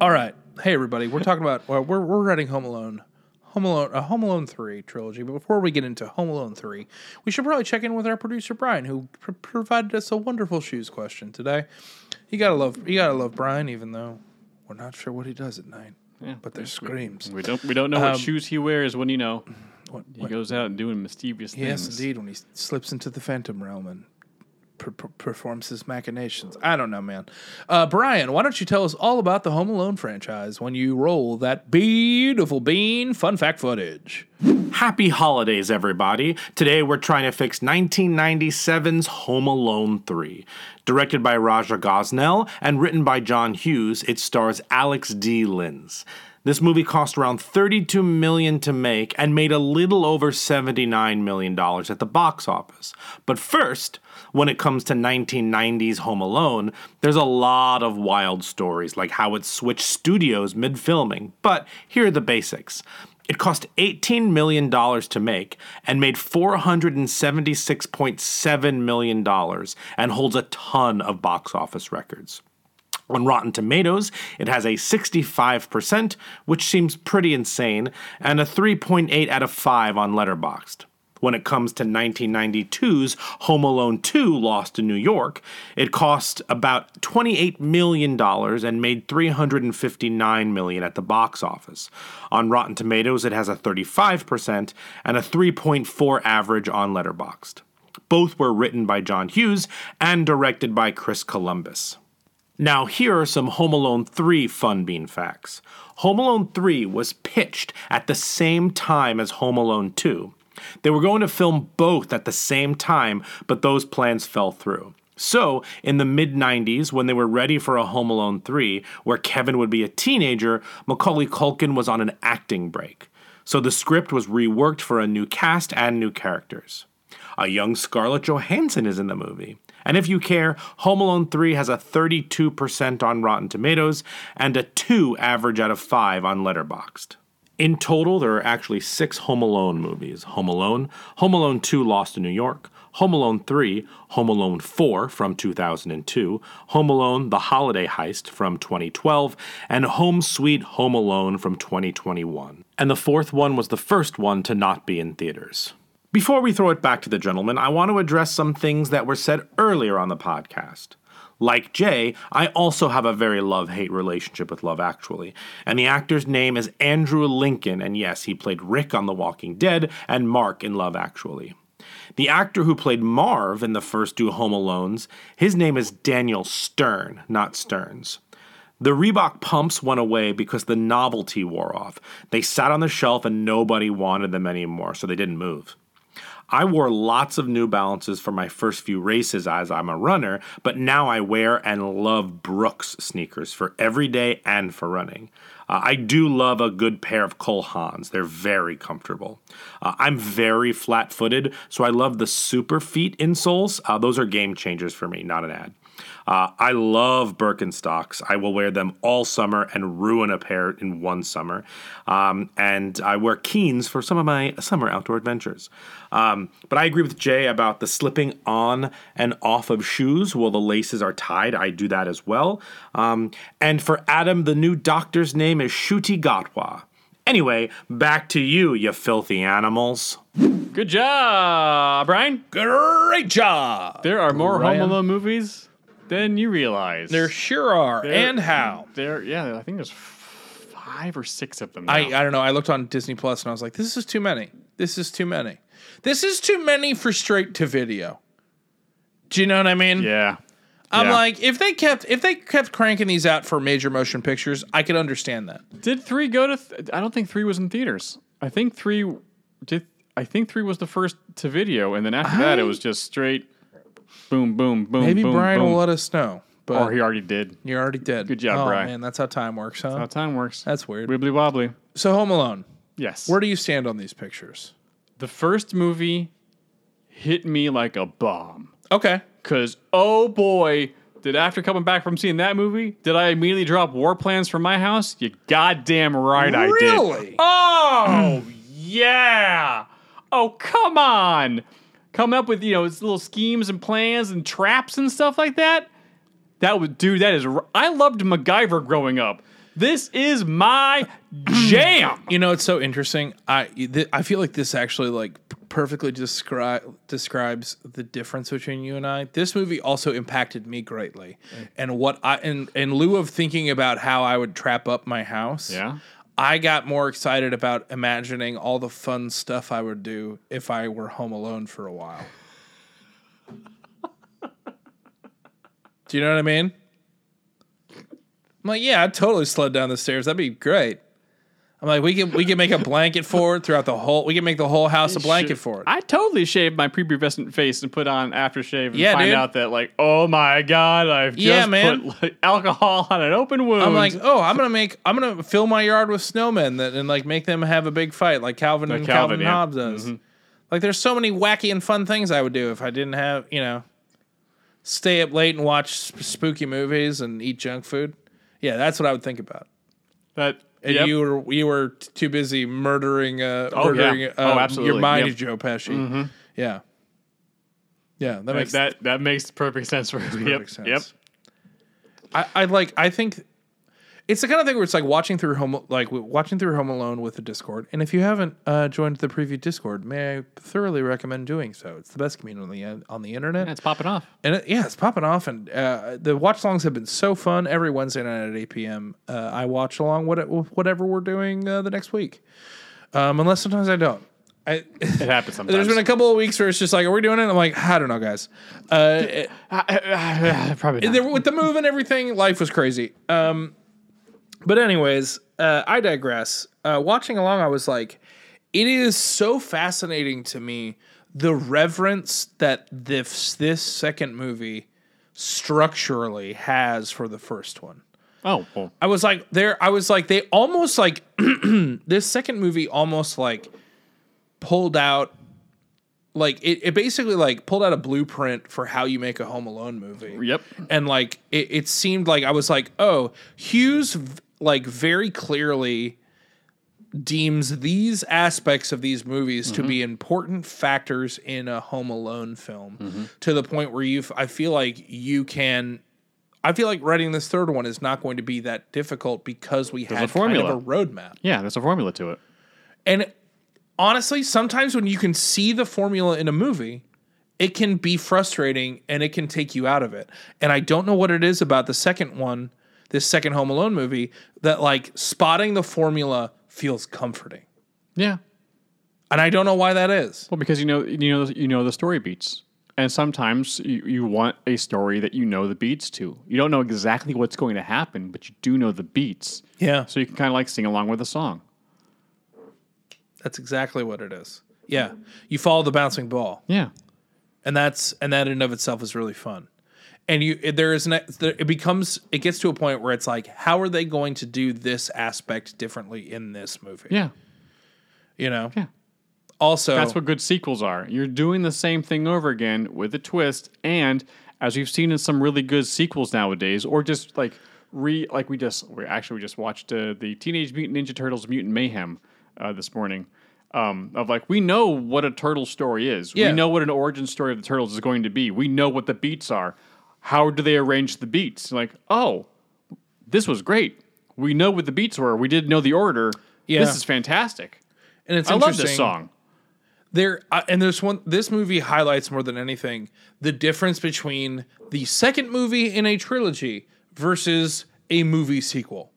All right, hey everybody, we're talking about well, we're we're writing Home Alone, Home Alone, a Home Alone three trilogy. But before we get into Home Alone three, we should probably check in with our producer Brian, who pr- provided us a wonderful shoes question today. You gotta love you gotta love Brian, even though we're not sure what he does at night. but there's screams.
We don't we don't know
Um,
what shoes he wears when you know he goes out and doing mischievous
Yes,
things.
indeed. When he s- slips into the phantom realm and per- per- performs his machinations, I don't know, man. Uh, Brian, why don't you tell us all about the Home Alone franchise when you roll that beautiful bean fun fact footage?
Happy holidays, everybody. Today we're trying to fix 1997's Home Alone 3. Directed by Raja Gosnell and written by John Hughes, it stars Alex D. Linz. This movie cost around 32 million to make and made a little over 79 million dollars at the box office. But first, when it comes to 1990s Home Alone, there's a lot of wild stories like how it switched studios mid-filming, but here are the basics. It cost $18 million to make and made $476.7 million and holds a ton of box office records. On Rotten Tomatoes, it has a 65%, which seems pretty insane, and a 3.8 out of 5 on Letterboxd. When it comes to 1992's Home Alone 2 Lost in New York, it cost about $28 million and made $359 million at the box office. On Rotten Tomatoes, it has a 35% and a 3.4 average on Letterboxd. Both were written by John Hughes and directed by Chris Columbus. Now, here are some Home Alone 3 fun bean facts. Home Alone 3 was pitched at the same time as Home Alone 2. They were going to film both at the same time, but those plans fell through. So, in the mid 90s, when they were ready for a Home Alone 3, where Kevin would be a teenager, Macaulay Culkin was on an acting break. So, the script was reworked for a new cast and new characters. A young Scarlett Johansson is in the movie. And if you care, Home Alone 3 has a 32% on Rotten Tomatoes and a 2 average out of 5 on Letterboxd. In total, there are actually six Home Alone movies Home Alone, Home Alone 2 Lost in New York, Home Alone 3, Home Alone 4 from 2002, Home Alone The Holiday Heist from 2012, and Home Sweet Home Alone from 2021. And the fourth one was the first one to not be in theaters. Before we throw it back to the gentleman, I want to address some things that were said earlier on the podcast. Like Jay, I also have a very love hate relationship with Love Actually, and the actor's name is Andrew Lincoln, and yes, he played Rick on The Walking Dead and Mark in Love Actually. The actor who played Marv in the first two Home Alones, his name is Daniel Stern, not Stearns. The Reebok pumps went away because the novelty wore off. They sat on the shelf and nobody wanted them anymore, so they didn't move. I wore lots of New Balances for my first few races as I'm a runner, but now I wear and love Brooks sneakers for every day and for running. Uh, I do love a good pair of Cole Haans. They're very comfortable. Uh, I'm very flat footed, so I love the Super Feet insoles. Uh, those are game changers for me, not an ad. Uh, I love Birkenstocks. I will wear them all summer and ruin a pair in one summer. Um, and I wear Keens for some of my summer outdoor adventures. Um, but I agree with Jay about the slipping on and off of shoes while the laces are tied. I do that as well. Um, and for Adam, the new doctor's name is Shuti Gatwa. Anyway, back to you, you filthy animals.
Good job, Brian.
Great job.
There are more
Brian.
Home Alone movies than you realize.
There sure are. and how.
There, yeah, I think there's f- five or six of them. Now.
I, um, I don't know. I looked on Disney Plus and I was like, this is too many. This is too many. This is too many for straight to video. Do you know what I mean?
yeah,
I'm
Yeah.
like, if they kept if they kept cranking these out for major motion pictures, I could understand that.
did three go to? Th- I don't think three was in theaters. I think three did. I think three was the first to video, and then after that, it was just straight boom, boom, boom.
Maybe
boom,
Brian
boom.
will let us know. But
Or he already did.
you're already dead.
Good job,
oh,
Brian.
Man, that's how time works, huh?
How time works.
That's weird.
Wibbly wobbly.
So Home Alone.
Yes.
Where do you stand on these pictures?
the first movie hit me like a bomb.
Okay.
Cause oh boy, did after coming back from seeing that movie, did I immediately drop war plans for my house? You goddamn right I did.
Really? Hmm.
Oh yeah. Oh come on. Come up with you know it's little schemes and plans and traps and stuff like that. That would dude. That is. r- I loved MacGyver growing up. This
[CLEARS THROAT]
is my jam.
You know, it's so interesting. I th- I feel like this actually like perfectly descri- describes the difference between you and I. This movie also impacted me greatly,
Mm.
and what I and in lieu of thinking about how I would trap up my house,
Yeah.
I got more excited about imagining all the fun stuff I would do if I were home alone for a while. [LAUGHS] do you know what I mean? I'm like, yeah, I'd totally sled down the stairs. That'd be great. I'm like, we can we can make a blanket [LAUGHS] for it throughout the whole. We can make the whole house a blanket
Shit.
for it.
I totally shaved my prepubescent face and put on aftershave and
Yeah,
find
dude.
out that like, oh my god, I've just
Yeah, man.
put like, alcohol on an open wound.
I'm like, oh, I'm gonna make, I'm gonna fill my yard with snowmen that and like make them have a big fight like Calvin
Like
and Calvin,
Calvin, yeah. Mm-hmm.
Hobbes does. Like, there's so many wacky and fun things I would do if I didn't have, you know, stay up late and watch sp- spooky movies and eat junk food. Yeah, that's what I would think about.
that.
And
yep.
you were you were t- too busy murdering, uh,
Oh, yeah.
murdering uh,
Oh, absolutely.
your mind,
Yep. Mm-hmm.
Joe Pesci. Yeah, yeah, that
Like,
makes
that that makes perfect sense for me. Yep.
perfect
Yep.
sense. I, I like. I think it's the kind of thing where it's like watching through home, like w- watching through Home Alone with the Discord. And if you haven't uh, joined the preview Discord, may I thoroughly recommend doing so. It's the best community on the in- on the internet,
That's popping off.
and it, yeah, it's popping off. And uh, the watch alongs have been so fun. Every Wednesday night at eight p.m., uh, I watch along what whatever we're doing uh, the next week, um, unless sometimes I don't. I, [LAUGHS]
It happens sometimes.
there's been a couple of weeks where it's just like, are we doing it? I'm like, I don't know, guys. Uh, it-
probably not.
there, with the move and everything, life was crazy. Um, but anyways, uh, I digress. Uh, watching along, I was like, it is so fascinating to me the reverence that this this second movie structurally has for the first one.
Oh, well,
I was like there I was like they almost like [CLEARS THROAT] this second movie almost like pulled out like it, it basically like pulled out a blueprint for how you make a home alone movie
Yep.
and like it, it seemed like i was like oh hughes v- like very clearly deems these aspects of these movies to
Mm-hmm.
be important factors in a home alone film
Mm-hmm.
to the point where you f- i feel like you can i feel like writing this third one is not going to be that difficult because we have
a
kind
formula.
of a roadmap
yeah. There's a formula to it.
and honestly, sometimes when you can see the formula in a movie, it can be frustrating and it can take you out of it. And I don't know what it is about the second one, this second Home Alone movie, that like spotting the formula feels comforting.
Yeah.
And I don't know why that is.
Well, because you know you know you know the story beats, and sometimes you, you want a story that you know the beats to. You don't know exactly what's going to happen, but you do know the beats,
Yeah.
so you can kind of like sing along with the song.
That's exactly what it is. Yeah. You follow the bouncing ball.
Yeah.
and that's and that in and of itself is really fun and you it- there is an there- it becomes it gets to a point where it's like how are they going to do this aspect differently in this movie
Yeah.
you know
Yeah.
also
That's what good sequels are. You're doing the same thing over again with a twist, and as we've seen in some really good sequels nowadays, or just like re like we just we actually we just watched uh, the Teenage Mutant Ninja Turtles Mutant Mayhem uh, this morning. Um, of like we know what a turtle story is.
Yeah.
We know what an origin story of the turtles is going to be. We know what the beats are. How do they arrange the beats? Like oh, this was great. We know what the beats were. We did know the order.
Yeah.
This is fantastic.
and it's
I love
interesting
this song.
there I- and there's one this movie highlights more than anything the difference between the second movie in a trilogy versus a movie sequel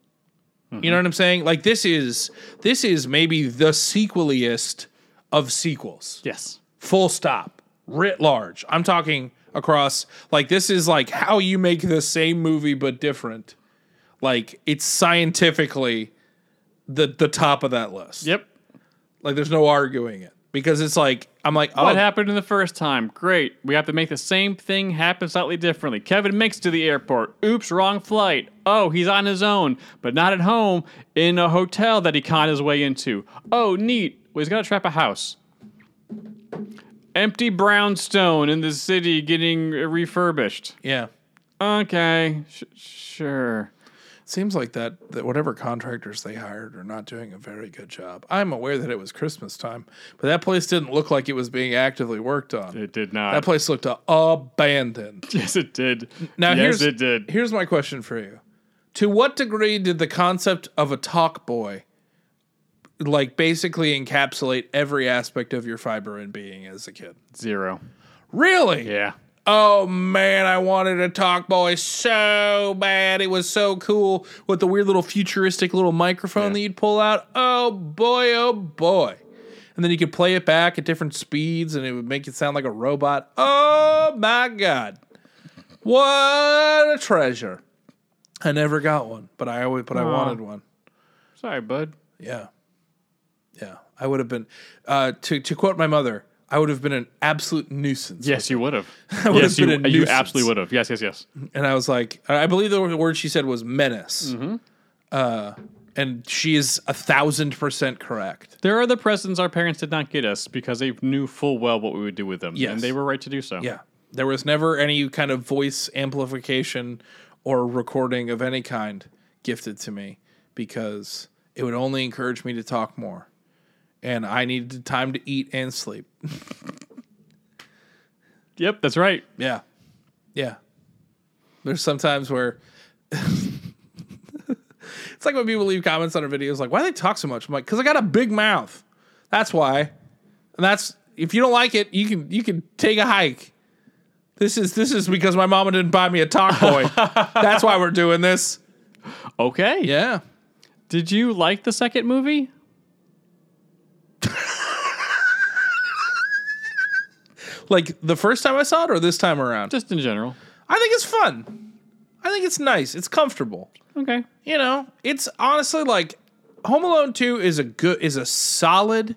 you
Mm-hmm.
know what i'm saying like this is this is maybe the sequeliest of sequels
Yes.
full stop writ large i'm talking across like this is like how you make the same movie but different like it's scientifically the the top of that list
Yep.
like there's no arguing it because it's like I'm like, oh,
What happened in the first time? Great. We have to make the same thing happen slightly differently. Kevin makes it to the airport. Oops, wrong flight. Oh, he's on his own, but not at home, in a hotel that he conned his way into. Oh, neat. Well, he's got to trap a house. Empty brownstone in the city getting refurbished.
yeah.
Okay, sh- sure.
Seems like that that whatever contractors they hired are not doing a very good job. I'm aware that it was Christmas time, but that place didn't look like it was being actively worked on.
It did not.
that place looked uh, abandoned.
[LAUGHS] yes, it did.
Now
yes,
here's
it did.
here's my question for you. To what degree did the concept of a talk boy like basically encapsulate every aspect of your fiber and being as a kid?
Zero.
Really?
Yeah.
Oh man, I wanted a talk boy so bad. It was so cool with the weird little futuristic little microphone that you'd pull out. Oh boy, oh boy. And then you could play it back at different speeds and it would make it sound like a robot. Oh my god. What a treasure. I never got one, but I always but I wanted one.
Sorry, bud.
Yeah. Yeah. I would have been uh to to quote my mother, I would have been an absolute nuisance.
Yes, you
[LAUGHS]
would have.
would
yes,
have
you,
been a
you
nuisance.
absolutely would have. Yes, yes, yes.
and I was like, I believe the word she said was menace. Uh, and she is a thousand percent correct.
There are the presents our parents did not get us because they knew full well what we would do with them.
Yes.
And they were right to do so.
Yeah, there was never any kind of voice amplification or recording of any kind gifted to me because it would only encourage me to talk more, and I needed time to eat and sleep.
Yep, that's right.
Yeah. Yeah. There's sometimes where [LAUGHS] it's like when people leave comments on our videos, like, why do they talk so much? I'm like, because I got a big mouth. That's why. And that's if you don't like it, you can you can take a hike. This is this is because my mama didn't buy me a talk boy. that's why we're doing this.
Okay.
Yeah.
Did you like the second movie?
Like the first time I saw it or this time around.
Just in general.
I think it's fun. I think it's nice. It's comfortable.
Okay.
you know, it's honestly like Home Alone 2 is a good is a solid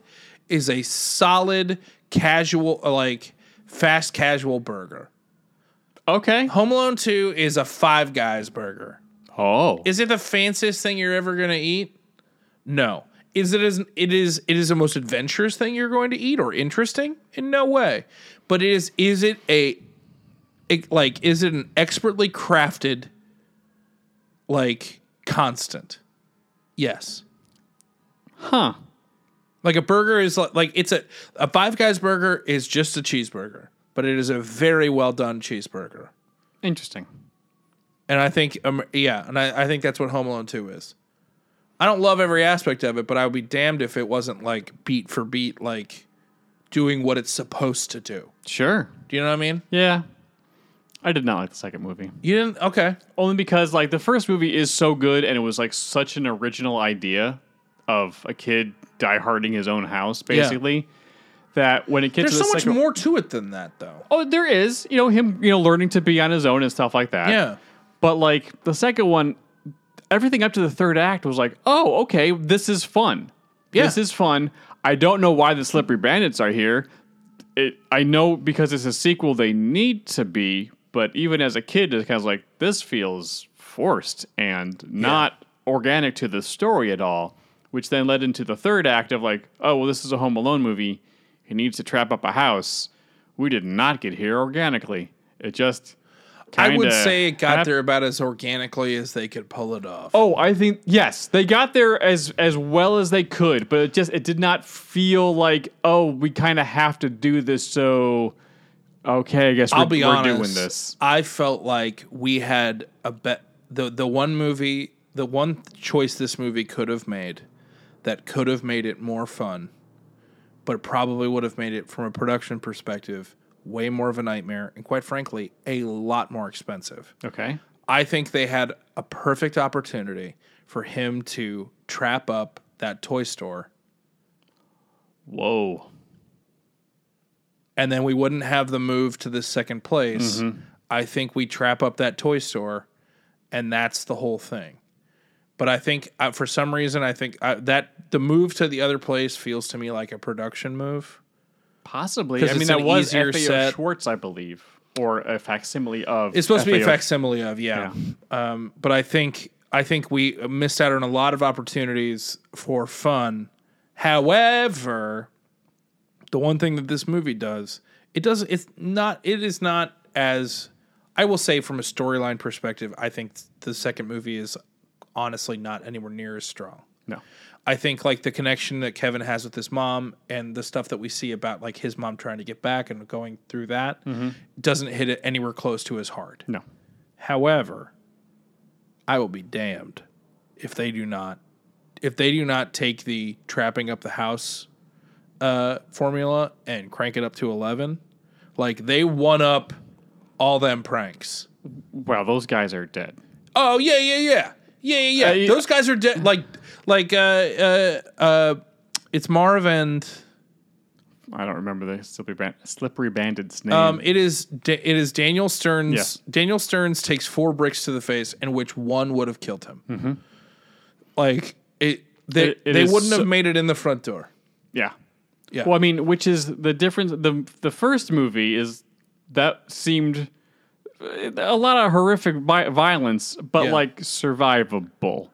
is a solid casual like fast casual burger.
Okay.
Home Alone 2 is a five guys burger.
Oh.
Is it the fanciest thing you're ever going to eat? No. Is it is it is it is the most adventurous thing you're going to eat or interesting? In no way. But it is is it a it, like is it an expertly crafted like constant? Yes.
Huh.
Like a burger is like, like it's a a Five Guys burger is just a cheeseburger, but it is a very well done cheeseburger.
Interesting.
And I think, um, yeah, and I, I think that's what Home Alone 2 is. I don't love every aspect of it, but I would be damned if it wasn't like beat for beat, like doing what it's supposed to do.
Sure.
Do you know what I mean?
Yeah. I did not like the second movie.
You didn't? Okay.
Only because like the first movie is so good and it was like such an original idea of a kid dieharding his own house basically that when it gets
There's
to the
so much
second
more to it than that, though.
Oh, there is. You know him. You know learning to be on his own and stuff like that.
Yeah.
But like the second one, everything up to the third act was like, oh, okay, this is fun.
Yeah.
This is fun. I don't know why the Slippery Bandits are here. It, I know because it's a sequel, they need to be. But even as a kid, it's kind of like this feels forced and not organic to the story at all. Which then led into the third act of like, oh well, this is a Home Alone movie. He needs to trap up a house. We did not get here organically. It just
I would
kinda
say it got
hap-
there about as organically as they could pull it off.
Oh, I think yes, they got there as as well as they could, but it just it did not feel like oh we kind of have to do this. So okay, I guess we're,
I'll be
we're
honest.
doing this.
I felt like we had a bet. The the one movie, the one choice this movie could have made, that could have made it more fun, but probably would have made it from a production perspective way more of a nightmare, and quite frankly, a lot more expensive.
Okay,
I think they had a perfect opportunity for him to trap up that toy store,
whoa,
and then we wouldn't have the move to the second place. I think we trap up that toy store, and that's the whole thing. But I think uh, for some reason, I think uh, that the move to the other place feels to me like a production move
Possibly.
'Cause
I mean,
it's
that
an
was
easier
FAO
set.
Schwartz, I believe, or a facsimile of.
It's supposed to be a
FAO.
facsimile of, yeah. Um, but I think I think we missed out on a lot of opportunities for fun. However, the one thing that this movie does, it does it's not it is not as I will say from a storyline perspective, I think the second movie is honestly not anywhere near as strong.
No.
I think like the connection that Kevin has with his mom and the stuff that we see about like his mom trying to get back and going through that doesn't hit it anywhere close to his heart.
No.
However, I will be damned if they do not if they do not take the trapping up the house uh, formula and crank it up to eleven. Like they one up all them pranks.
Wow, those guys are dead.
Oh yeah, yeah, yeah, yeah, yeah. yeah.
Uh,
Those guys are dead. Like, like, uh, uh, uh, it's Marv and
I don't remember the slippery, band- slippery bandit's name.
um, it is da- it is Daniel Stearns.
Yes.
Daniel Stearns takes four bricks to the face, in which one would have killed him. Like it, they
Mm-hmm. It- it
they
is
wouldn't
so-
have made it in the front door.
yeah.
Yeah.
Well, I mean, which is the difference? The the first movie is that seemed uh, a lot of horrific vi- violence, but
Yeah.
like survivable.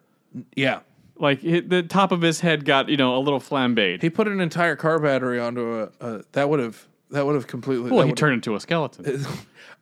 yeah.
Like it, the top of his head got you know a little flambéed.
He put an entire car battery onto a, a that would have that would have completely.
well,
that
he
would've-
turned into
[LAUGHS]
a skeleton. [LAUGHS]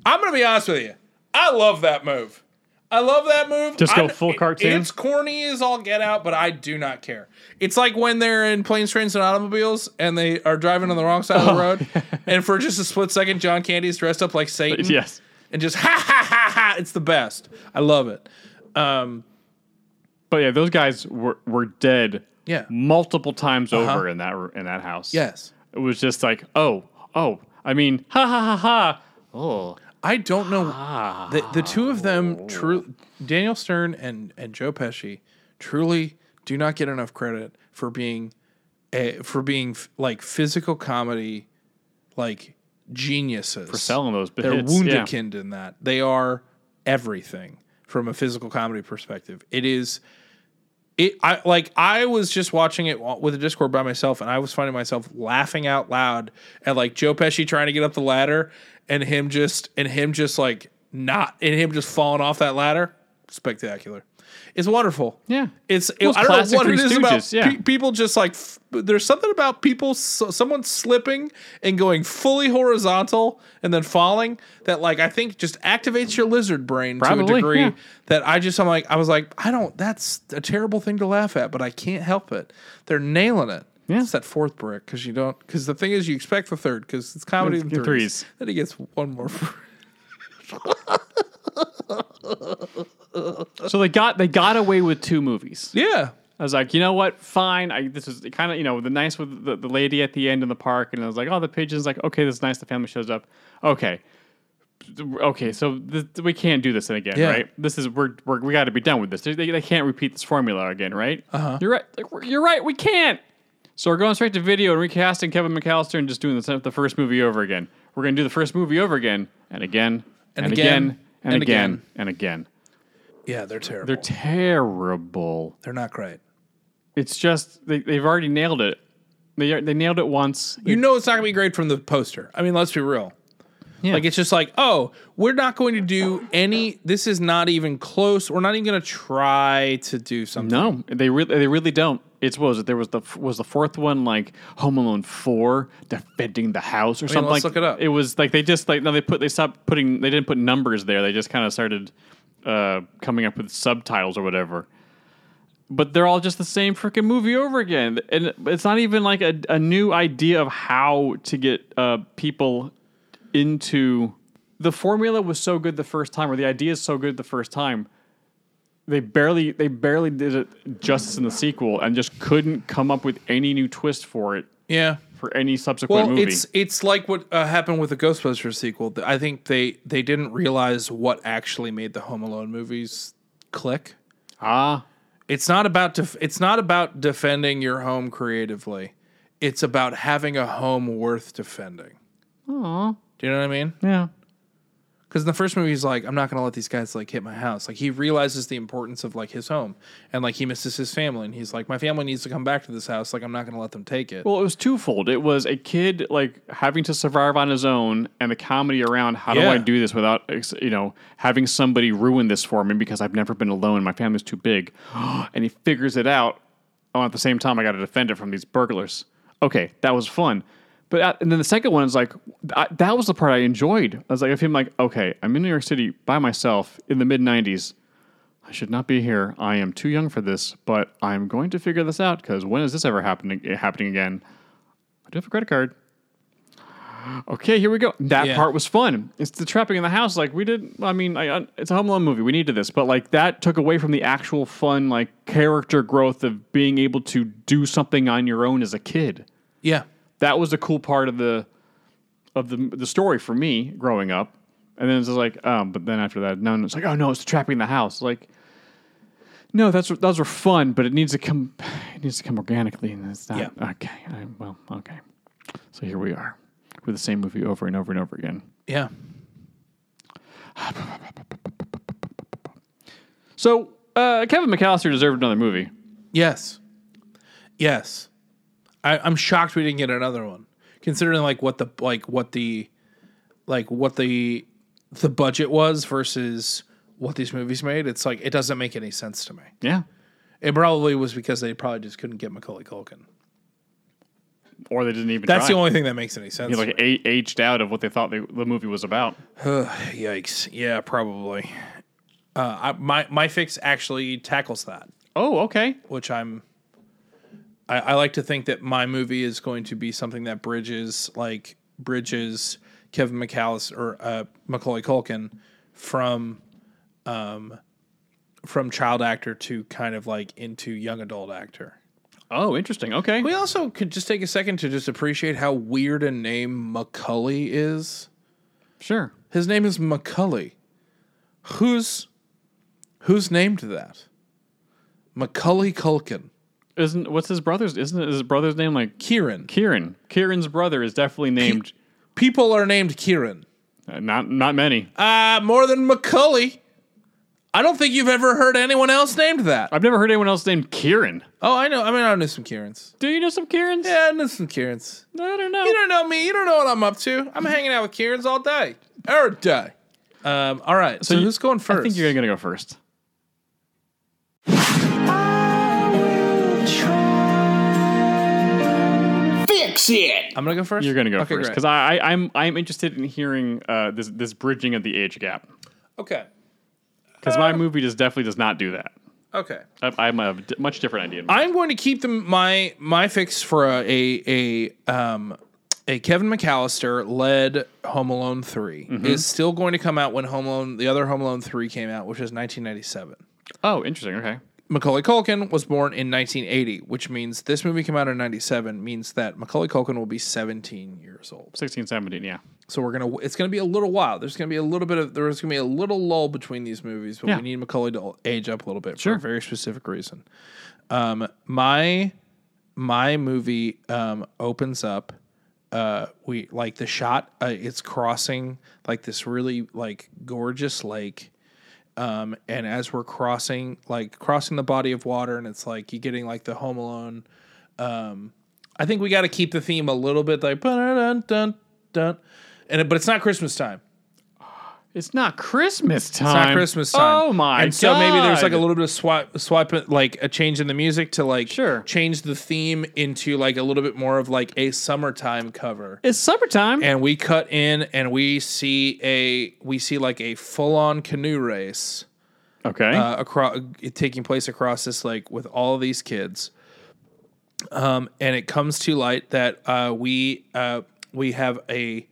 I'm gonna be honest with you. I love that move. I love that move.
Just go
I'm-
full
it-
cartoon?
It's corny as all get out, but I do not care. It's like when they're in planes, trains, and automobiles, and they are driving on the wrong side
Oh.
of the
[LAUGHS]
road, and for just a split second, John Candy is dressed up like Satan,
yes.
and just [LAUGHS] ha ha ha ha. It's the best. I love it.
But yeah, those guys were were dead.
Yeah. Uh-huh.
Multiple times over in that in that house.
Yes.
It was just like, oh, oh. I mean, ha ha ha ha. Oh,
I don't know. The, the two of them, true, Daniel Stern and, and Joe Pesci, truly do not get enough credit for being, a, for being f- like physical comedy, like geniuses. For
selling those
They're
hits, yeah.
wunderkind in that. They are everything from a physical comedy perspective. It is. It, I like I was just watching it wa- with a Discord by myself, and I was finding myself laughing out loud at like Joe Pesci trying to get up the ladder, and him just and him just like not and him just falling off that ladder. Spectacular! It's wonderful.
Yeah.
it's
Well, it's
I don't know
classic
what it
Three
is about
Stooges, yeah.
pe- people just like f- there's something about people so, someone slipping and going fully horizontal and then falling that like I think just activates your lizard brain to a
Probably,
degree
yeah.
that I just I'm like I was like I don't that's a terrible thing to laugh at but I can't help it they're nailing it
Yeah.
it's that fourth brick because you don't because the thing is you expect the third because it's comedy
It's
and
the
threes.
threes.
then he gets one more [LAUGHS] brick.
so they got they got away with two movies.
yeah
I was like, you know what? Fine. I, this is kind of, you know, the nice with the, the lady at the end in the park. And I was like, oh, the pigeon's like, okay, this is nice. The family shows up. Okay. Okay. So th- we can't do this again,
Yeah.
right? This is, we're, we're we got to be done with this. They, they can't repeat this formula again, right? Uh-huh. You're right. Like, we're- you're right. We can't. So we're going straight to video and recasting Kevin McAllister and just doing the, the first movie over again. We're going to do the first movie over again and again and, again, and, again, and again.
yeah they're terrible
They're terrible
they're not great
it's just they, they've already nailed it. They they nailed it once.
you know it's not gonna be great from the poster. I mean, let's be real. Like it's just like, oh, we're not going to do any. This is not even close. We're not even going to try to do something.
no, they really they really don't. It's what was it? There was the f- was the fourth one like Home Alone four, defending the house or something.
let's
like-
look it up.
was like they just like no they put they stopped putting they didn't put numbers there. They just kind of started uh, coming up with subtitles or whatever. But they're all just the same freaking movie over again, and it's not even like a, a new idea of how to get uh, people into the formula was so good the first time or the idea is so good the first time they barely they barely did it justice in the sequel and just couldn't come up with any new twist for it
Yeah.
for any subsequent
Well,
movie
it's it's like what uh, happened with the Ghostbusters sequel. Th- I think they they didn't realize what actually made the Home Alone movies click.
ah
It's not about def- it's not about defending your home creatively. It's about having a home worth defending. Do you know what I mean?
yeah
Because in the first movie, he's like, I'm not gonna let these guys like hit my house. Like he realizes the importance of like his home, and like he misses his family, and he's like, my family needs to come back to this house. Like I'm not gonna let them take it.
Well, it was twofold. It was a kid like having to survive on his own, and the comedy around how do
Yeah.
I do this without ex- you know having somebody ruin this for me because I've never been alone. My family's too big, [GASPS] and he figures it out. Oh, at the same time, I got to defend it from these burglars. Okay, that was fun. But uh, and then the second one is like I, that was the part I enjoyed. I was like, of him like, okay, I'm in New York City by myself in the mid '90s. I should not be here. I am too young for this, but I'm going to figure this out because when is this ever happening happening again? I do have a credit card. Okay, here we go. That
Yeah.
part was fun. It's the trapping in the house. Like we did. I mean, I, it's a Home Alone movie. We needed this, but like that took away from the actual fun, like character growth of being able to do something on your own as a kid
yeah,
that was the cool part of the of the the story for me growing up. And then it's just like, um, but then after that, no, no, it's like, oh no, it's trapping the house. Like, no, that's those were fun, but it needs to come, it needs to come organically, and it's not.
Yeah.
Okay, I, well, okay. So here we are with the same movie over and over and over again.
yeah.
So uh, Kevin McAllister deserved another movie.
Yes. Yes. I, I'm shocked we didn't get another one. Considering like what the like what the like what the the budget was versus what these movies made, it's like it doesn't make any sense to me.
Yeah,
It probably was because they probably just couldn't get Macaulay Culkin.
or they didn't even.
That's the
try.
only thing that makes any sense.
He, like a- aged out of what they thought they, the movie was about.
Yikes! Yeah, probably. Uh, I, my my fix actually tackles that.
Oh, okay.
which I'm. I, I like to think that my movie is going to be something that bridges like bridges Kevin McAllis or uh, Macaulay Culkin from, um, from child actor to kind of like into young adult actor.
Oh, interesting. Okay.
We also could just take a second to just appreciate how weird a name Macaulay is.
Sure.
His name is Macaulay. Who's, who's named that? Macaulay Culkin,
Isn't what's his brother's? Isn't his brother's name like
Kieran.
Kieran? Kieran's brother is definitely named
people are named Kieran.
uh, not not many.
Uh, more than McCully. I don't think you've ever heard anyone else named that.
I've never heard anyone else named Kieran.
Oh, I know. I mean, I know some Kierans.
Do you know some Kierans?
Yeah, I know some Kierans.
I don't know.
You don't know me. You don't know what I'm up to. I'm hanging out with Kierans all day. Every day. Um, all right. So,
you-
who's going first?
I think you're gonna go first.
I'm going to go first?
You're gonna go first
great.
because I, I I'm I'm interested in hearing uh, this this bridging of the age gap
Okay.
because
Uh.
my movie just definitely does not do that.
Okay.
I, I'm a d- much different idea. in mind.
I'm going to keep the, my my fix for a a, a um a Kevin McAllister led Home Alone 3 is still going to come out when Home Alone the other Home Alone three came out, which is 1997.
oh, interesting. Okay.
Macaulay Culkin was born in 1980, which means this movie came out in 97 means that Macaulay Culkin will be 17 years old.
16, 17, yeah.
So we're gonna it's gonna be a little while. There's gonna be a little bit of there's gonna be a little lull between these movies, but
Yeah.
we need Macaulay to age up a little bit for
Sure.
a very specific reason. Um, my my movie um, opens up. Uh, we like the shot. Uh, it's crossing like this really like gorgeous lake. Um, and as we're crossing, like crossing the body of water, and it's like you're getting like the Home Alone um, I think we got to keep the theme a little bit like dun dun dun, and it, but it's not Christmas time.
It's not Christmas time.
It's not Christmas time.
Oh my
And so maybe there's like a
God.
little bit of swipe, swipe, like a change in the music to like
Sure.
change the theme into like a little bit more of like a summertime cover.
It's summertime.
And we cut in and we see a we see like a full on canoe race
okay.
uh, across taking place across this lake with all these kids. Um, and it comes to light that uh, we uh, we have a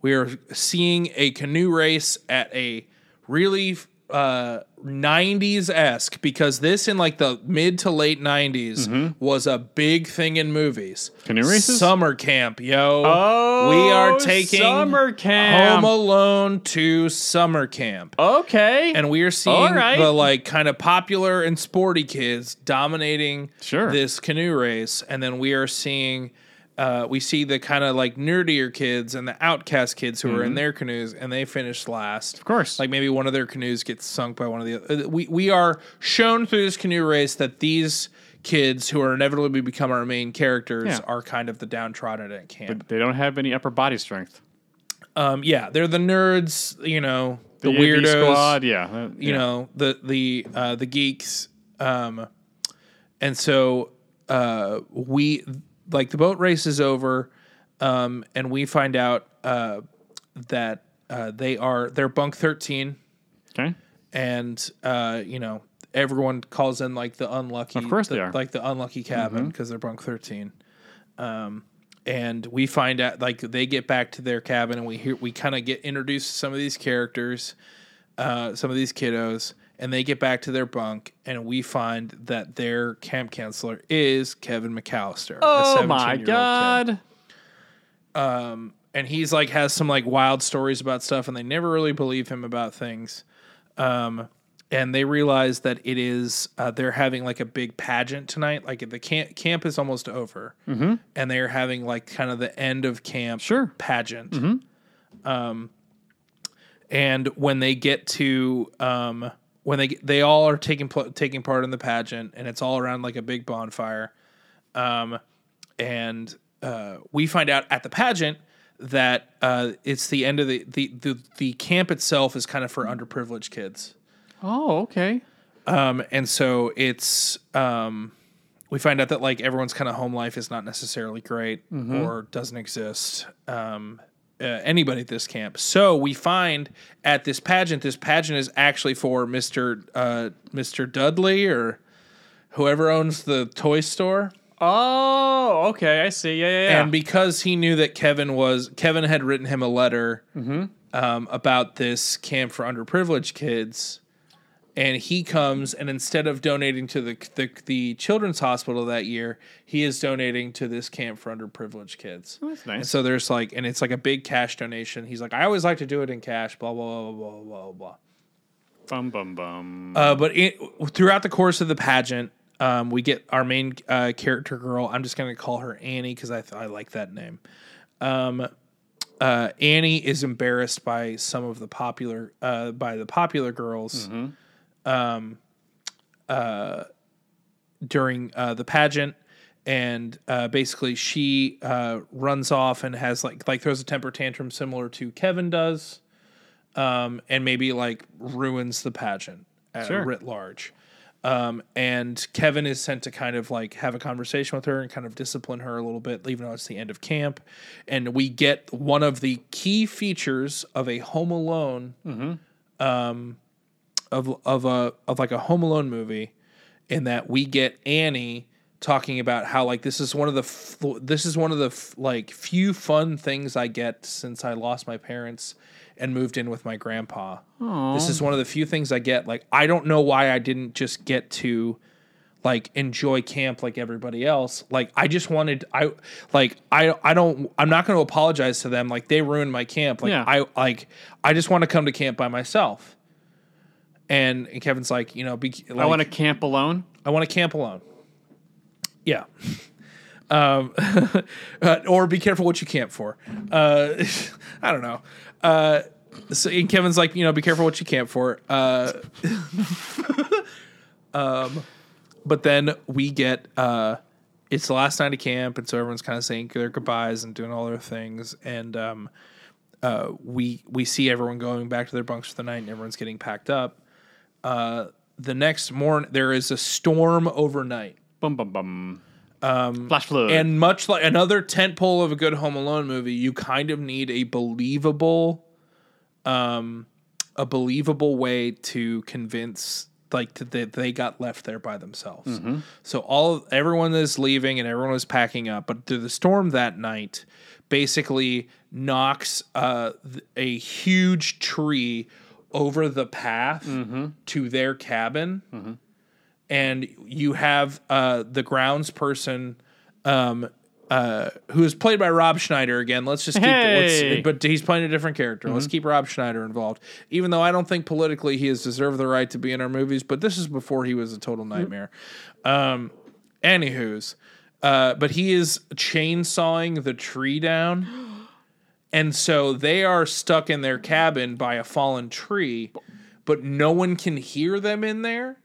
we are seeing a canoe race at a really uh 90s esque because this in like the mid to late 90s was a big thing in movies
Mm-hmm. Canoe races?
summer camp yo
Oh,
we are taking
summer
home
camp.
alone to summer camp
okay.
and we are
All
seeing
right.
the like kind of popular and sporty kids dominating
Sure.
this canoe race and then we are seeing uh, we see the kind of like nerdier kids and the outcast kids who are in their canoes and they finish last. Of
Mm-hmm. course.
Like maybe one of their canoes gets sunk by one of the other. We, we are shown through this canoe race that these kids who are inevitably become our main characters
Yeah.
are kind of the downtrodden at camp.
They don't have any upper body strength.
Um, yeah, they're the nerds, you know, the,
AV
weirdos
squad, yeah, uh,
you
yeah.
know the the uh, the geeks um and so uh we like the boat race is over um and we find out uh that uh they are they're bunk 13
Okay.
and uh you know everyone calls in like the unlucky
Of course
the-
they are.
like the unlucky cabin because they're bunk 13 um and we find out like they get back to their cabin and we hear we kind of get introduced to some of these characters uh some of these kiddos and they get back to their bunk and we find that their camp counselor is kevin mcallister a
Oh my
17-year-old kid.
god.
and he's like has some like wild stories about stuff and they never really believe him about things Um, and they realize that it is uh, they're having like a big pageant tonight. Like the camp camp is almost over, mm-hmm. and they're having like kind of the end of camp
Sure.
pageant. Um, and when they get to um, when they get, they all are taking pl- taking part in the pageant, and it's all around like a big bonfire. Um, and uh, we find out at the pageant that uh, it's the end of the, the the the camp itself is kind of for underprivileged kids.
Oh, okay.
Um, and so it's um, we find out that like everyone's kind of home life is not necessarily great or doesn't exist. Um, uh, anybody at this camp. So we find at this pageant, this pageant is actually for Mister uh, Mister Dudley or whoever owns the toy store.
Oh, okay. I see. Yeah, yeah, yeah.
And because he knew that Kevin was Kevin had written him a letter
Mm-hmm.
um, about this camp for underprivileged kids, and he comes and instead of donating to the, the the children's hospital that year, he is donating to this camp for underprivileged kids.
Oh, that's nice.
And so there's like, and it's like a big cash donation. He's like, I always like to do it in cash. Blah blah blah blah blah blah blah.
bum bum bum.
Uh, but it, throughout the course of the pageant, um, we get our main uh, character girl. I'm just going to call her Annie because I, th- I like that name. Um, uh, Annie is embarrassed by some of the popular uh, by the popular girls um, uh, during uh, the pageant. And uh, basically, she uh, runs off and has like like throws a temper tantrum similar to Kevin does and maybe like ruins the pageant uh,
Sure.
writ large. Um, and Kevin is sent to kind of like have a conversation with her and kind of discipline her a little bit, even though it's the end of camp. And we get one of the key features of a Home Alone, um, of of a of like a Home Alone movie, in that we get Annie talking about how like this is one of the f- this is one of the f- like few fun things I get since I lost my parents and moved in with my grandpa. This is one of the few things I get. Like I don't know why I didn't just get to like enjoy camp like everybody else. Like I just wanted I like I I don't I'm not going to apologize to them like they ruined my camp. Like
Yeah.
I like I just want to come to camp by myself. And, and Kevin's like, you know, be, like,
I want to camp alone.
I want to camp alone. Yeah. Um, [LAUGHS] uh, or be careful what you camp for. Uh, [LAUGHS] I don't know. Uh, so and Kevin's like, you know, be careful what you camp for. Uh, [LAUGHS] um, but then we get uh, it's the last night of camp, and so everyone's kind of saying their goodbyes and doing all their things, and um, uh, we we see everyone going back to their bunks for the night, and everyone's getting packed up the next morning there is a storm overnight
Bum bum bum. Um, Flash flood.
and much like another tentpole of a good home alone movie you kind of need a believable um a believable way to convince like to, that they got left there by themselves so all everyone is leaving and everyone is packing up but the the storm that night basically knocks uh, th- a huge tree over the path to their cabin and you have uh, the grounds person um, uh, who is played by Rob Schneider again. Let's just keep
Hey!
let's, but he's playing a different character. Let's keep Rob Schneider involved, even though I don't think politically he has deserved the right to be in our movies. But this is before he was a total nightmare. Um, anywho's. Uh, but he is chainsawing the tree down. And so they are stuck in their cabin by a fallen tree, but no one can hear them in there.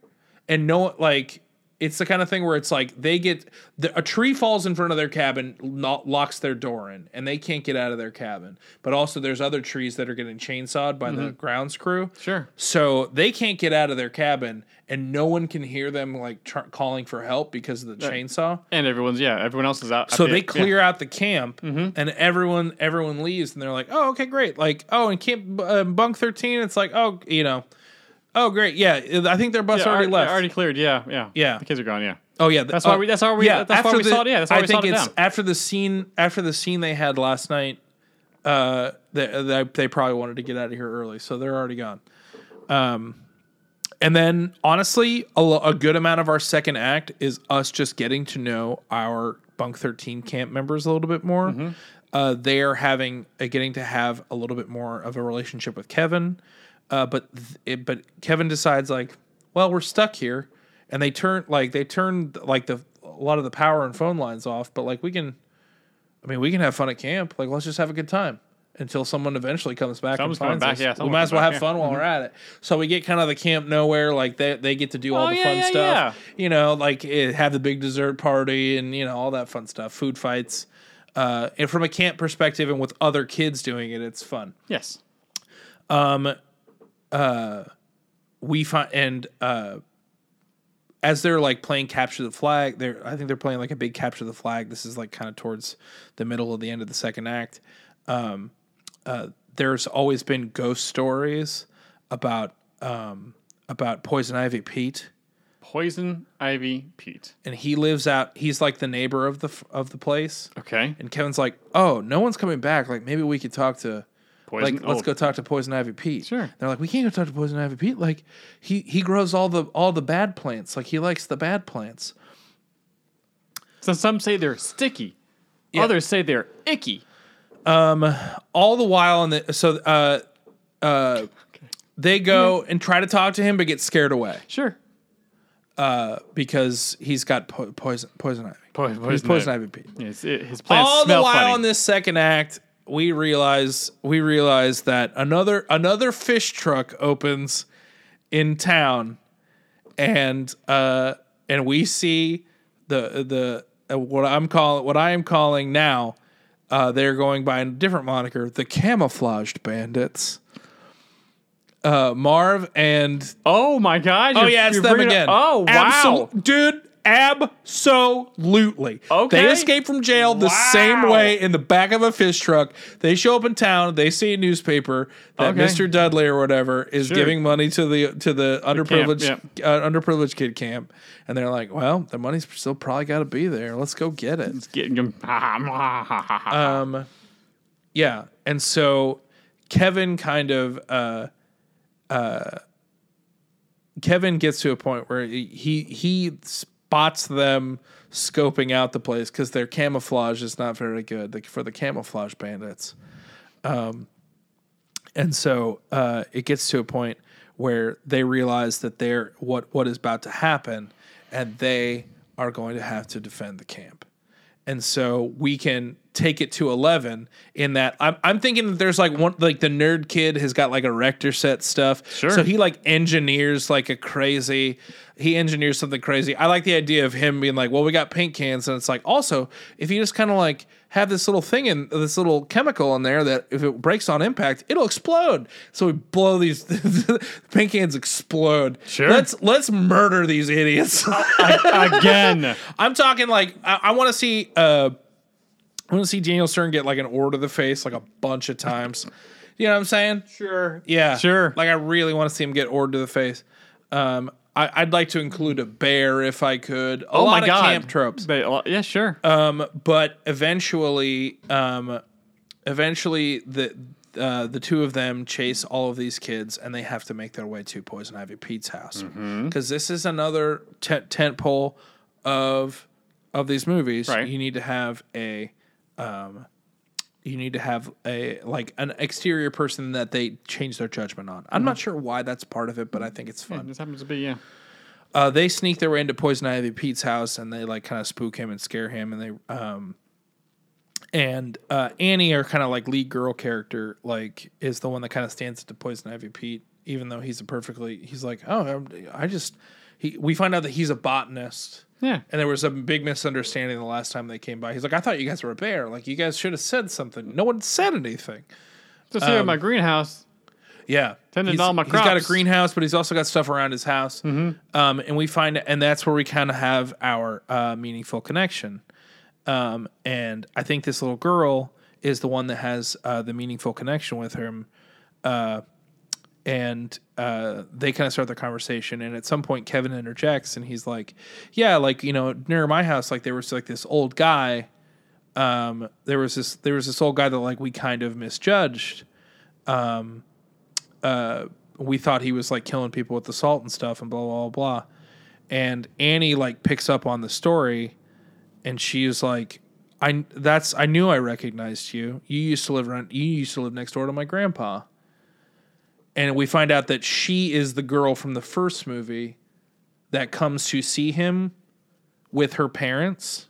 And no, like, it's the kind of thing where it's like they get the, a tree falls in front of their cabin, lo- locks their door in, and they can't get out of their cabin. But also, there's other trees that are getting chainsawed by the grounds crew.
Sure.
So they can't get out of their cabin, and no one can hear them like tr- calling for help because of the chainsaw.
And everyone's yeah, everyone else is out.
So they clear out the camp, and everyone everyone leaves, and they're like, "Oh, okay, great." Like, "Oh, and camp uh, bunk thirteen, it's like, oh, you know, oh, great, yeah." I think their bus
Yeah,
already
already,
left.
already cleared. Yeah, yeah,
Yeah.
The kids are gone. Yeah.
oh yeah, th-
That's why
oh,
we- that's how we- that's why
after
we saw it- yeah, that's why
I
we
think
saw it
it's
down.
after the scene after the scene they had last night. Uh, they, they they probably wanted to get out of here early, so they're already gone. Um, And then, honestly, a, lo- a good amount of our second act is us just getting to know our Bunk 13 camp members a little bit more.
Mm-hmm.
Uh, they are having uh, getting to have a little bit more of a relationship with Kevin, uh, but th- it, but Kevin decides like, well, we're stuck here, and they turn like they turned like the a lot of the power and phone lines off, but like we can, I mean, we can have fun at camp. Like, let's just have a good time until someone eventually comes back
Someone's
and
coming
finds us.
back, yeah,
we
someone's
might as well
coming
have
back, yeah.
fun while we're at it. So we get kind of the camp nowhere, like they they get to do all
Oh,
the
yeah,
fun
yeah,
stuff, you know, like eh, have the big dessert party and you know all that fun stuff, food fights. Uh, and from a camp perspective, and with other kids doing it, it's fun.
Yes.
We find and uh, as they're like playing capture the flag, they're I think they're playing like a big capture the flag. This is like kind of towards the middle of the end of the second act. Um, uh, there's always been ghost stories about um, about Poison Ivy Pete,
Poison Ivy Pete.
and he lives out. He's like the neighbor of the f- of the place.
Okay.
And Kevin's like, "Oh, no one's coming back. Like maybe we could talk to."
Poison.
like let's
oh,
go talk to Poison Ivy Pete.
Sure.
They're like, we can't go talk to Poison Ivy Pete. Like he he grows all the all the bad plants. Like he likes the bad plants.
So some say they're sticky. Others say they're icky.
all the while in the so uh uh they go and try to talk to him but get scared away
Sure.
because he's got po- poison poison ivy
Po-
he's
poison
poison
ivy.
ivy pete
Yes, it- his plants
all the
smell
while
funny.
in this second act we realize we realize that another another fish truck opens in town and uh and we see the the uh, what i'm calling what i am calling now uh they're going by a different moniker the camouflaged bandits uh marv and
oh my god.
Oh
you're-
yeah, it's
you're
them
bringing
again.
up- oh wow.
Absol- dude. Absolutely.
Okay.
They escape from jail the same way in the back of a fish truck. They show up in town. They see a newspaper that
Okay.
Mr. Dudley or whatever is
Sure.
giving money to the to the underprivileged
camp,
uh, underprivileged kid camp, and they're like, "Well, the money's still probably got to be there. Let's go get it."
Getting [LAUGHS] him. Uh,
Um, yeah, and so Kevin kind of uh, uh, Kevin gets to a point where he he- he spots them scoping out the place because their camouflage is not very good like, for the camouflage bandits. Um, and so uh, it gets to a point where they realize that they're what what is about to happen, and they are going to have to defend the camp and so we can take it to 11 in that I'm, I'm thinking that there's like one like the nerd kid has got like a rector set stuff
Sure.
so he like engineers like a crazy he engineers something crazy i like the idea of him being like well we got paint cans and it's like also if you just kind of like have this little thing in this little chemical in there that if it breaks on impact it'll explode so we blow these [LAUGHS] paint cans explode
Sure.
let's let's murder these idiots [LAUGHS]
again.
I'm talking like I, I want to see uh, I want to see Daniel Stern get like an order to the face like a bunch of times. you know what I'm saying?
Sure.
Yeah,
Sure.
Like I really want to see him get ordered to the face. Um, I, I'd like to include a bear if I could. A
Oh
lot
my
of
god.
camp tropes, Uh,
They- well, yeah, sure.
but eventually, um, eventually the. Uh, the two of them chase all of these kids, and they have to make their way to Poison Ivy Pete's house because this is another te- tent pole of of these movies.
Right.
You need to have a um, you need to have a like an exterior person that they change their judgment on. I'm not sure why that's part of it, but I think it's fun.
this happens to be yeah.
Uh, they sneak their way into Poison Ivy Pete's house and they like kind of spook him and scare him and they um and uh, Annie, our kind of like lead girl character, like is the one that kind of stands up to Poison Ivy Pete, even though he's a perfectly he's like oh I'm- i just he we find out that he's a botanist.
Yeah.
And there was a big misunderstanding the last time they came by. He's like, I thought you guys were a bear. Like, you guys should have said something. No one said anything.
Just here in
um,
my greenhouse.
Yeah,
Tending
He's-
all my
He's got a
crops. Mm-hmm.
greenhouse, but he's also got stuff around his house. Um, and we find, and that's where we kind of have our uh, meaningful connection. Um, and I think this little girl is the one that has uh, the meaningful connection with him. Uh, and uh, they kind of start their conversation. And at some point, Kevin interjects, and he's like, "Yeah, like you know, near my house, like there was like this old guy." Um, there was this there was this old guy that like we kind of misjudged we thought he was like killing people with the salt and stuff and blah blah blah, blah. and Annie like picks up on the story and she's like I that's I knew I recognized you you used to live around you used to live next door to my grandpa and we find out that she is the girl from the first movie that comes to see him with her parents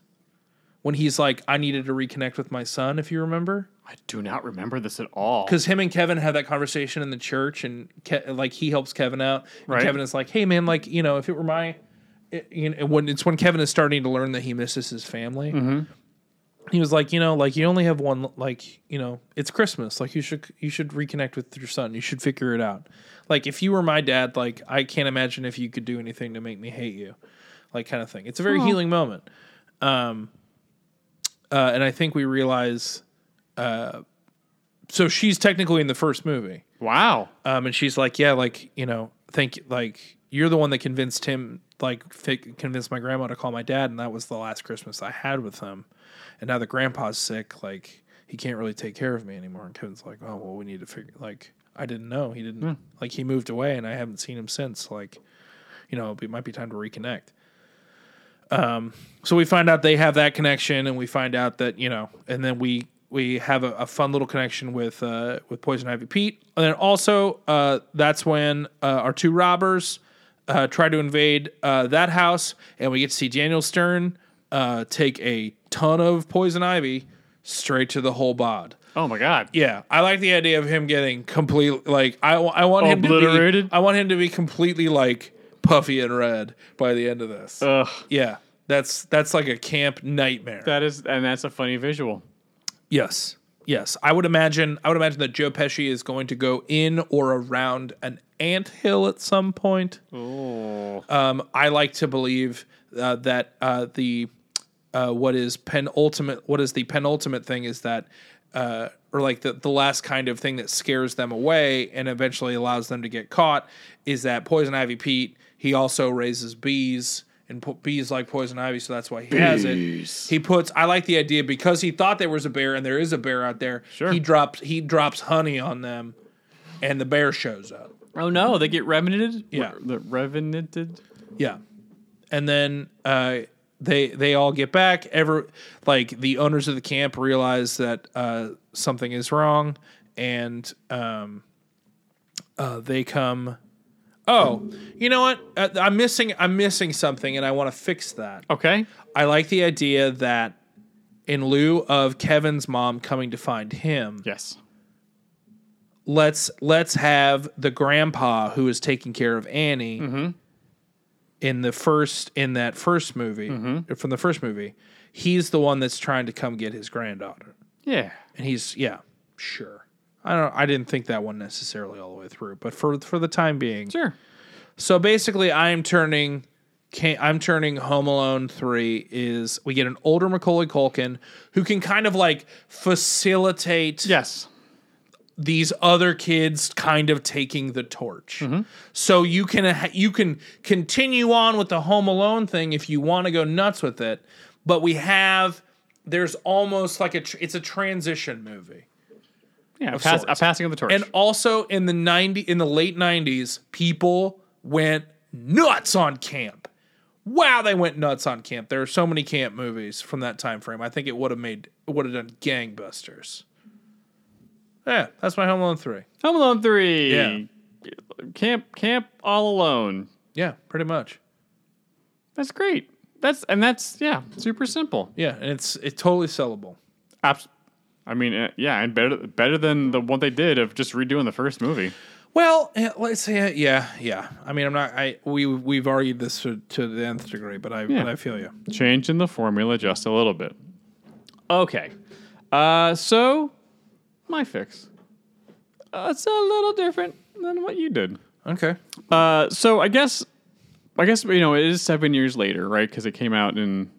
when he's like I needed to reconnect with my son if you remember
I do not remember this at all.
because him and Kevin had that conversation in the church, and Ke- like he helps Kevin out. And
Right.
Kevin is like, "Hey, man, like you know, if it were my, it- you know, when it's when Kevin is starting to learn that he misses his family." He was like, you know, like you only have one, like you know, it's Christmas. Like you should you should reconnect with your son. You should figure it out. Like if you were my dad, like I can't imagine if you could do anything to make me hate you, like kind of thing. It's a very healing moment. Um, uh, and I think we realize. Uh, so she's technically in the first movie.
Wow.
Um, and she's like, yeah, like you know, think like you're the one that convinced him, like fi- convinced my grandma to call my dad, and that was the last Christmas I had with him. And now that grandpa's sick, like he can't really take care of me anymore. And Kevin's like, oh well, we need to figure. Like I didn't know he didn't like he moved away, and I haven't seen him since. Like you know, it might be time to reconnect. So we find out they have that connection, and we find out that you know, and then we we have a, a fun little connection with uh, with Poison Ivy Pete, and then also uh, that's when uh, our two robbers uh, try to invade uh, that house, and we get to see Daniel Stern uh, take a ton of Poison Ivy straight to the whole bod.
Oh my god.
Yeah, I like the idea of him getting completely like I, wa- I want him
Obliterated?
To be, I want him to be completely like puffy and red by the end of this.
Ugh.
Yeah, that's that's like a camp nightmare.
That is, and that's a funny visual.
yes, yes. I would imagine. I would imagine that Joe Pesci is going to go in or around an anthill at some point. Um, I like to believe uh, that uh, the uh, what is penultimate what is the penultimate thing is that uh, or like the, the last kind of thing that scares them away and eventually allows them to get caught is that poison ivy pete he also raises bees and put bees like poison ivy so that's why he has it he puts i like the idea because he thought there was a bear and there is a bear out there sure. he drops he drops honey on them and the bear shows up
Oh no, they get revenanted.
Yeah.
the revenanted.
Yeah. And then uh, they they all get back. Ever like the owners of the camp realize that uh, something is wrong, and um, uh, they come. Oh, you know what? Uh, I'm missing. I'm missing something, and I want to fix that.
Okay.
I like the idea that in lieu of Kevin's mom coming to find him,
Yes.
let's let's have the grandpa who is taking care of Annie in the first in that first movie from the first movie. He's the one that's trying to come get his granddaughter,
Yeah.
and he's yeah, sure. I don't. I didn't think that one necessarily all the way through, but for for the time being,
Sure.
so basically, I'm turning. ca- I'm turning Home Alone three is we get an older Macaulay Culkin who can kind of like facilitate
Yes.
these other kids kind of taking the torch. So you can ha- you can continue on with the Home Alone thing if you want to go nuts with it, but we have there's almost like a tr- it's a transition movie.
Yeah. A, pass, a
sorts.
passing of the torch.
And also in the 90 in the late 90s, people went nuts on camp. Wow, they went nuts on camp. There are so many camp movies from that time frame. I think it would have made it would have done gangbusters. Yeah, that's my Home Alone 3.
Home Alone Three.
Yeah.
Camp. Camp all alone.
Yeah, pretty much.
That's great. That's and that's yeah, super simple.
Yeah, and it's it's totally sellable.
Abs- I mean, uh, yeah, and better better than the what they did of just redoing the first movie.
Well, eh, let's say yeah, yeah. I mean, I'm not. I we we've argued this to, to the nth degree, but I but I feel you.
Changing the formula just a little bit. Okay, uh, so my fix. Uh, it's a little different than what you did.
Okay.
Uh, so I guess, I guess you know it is seven years later, right? Because it came out in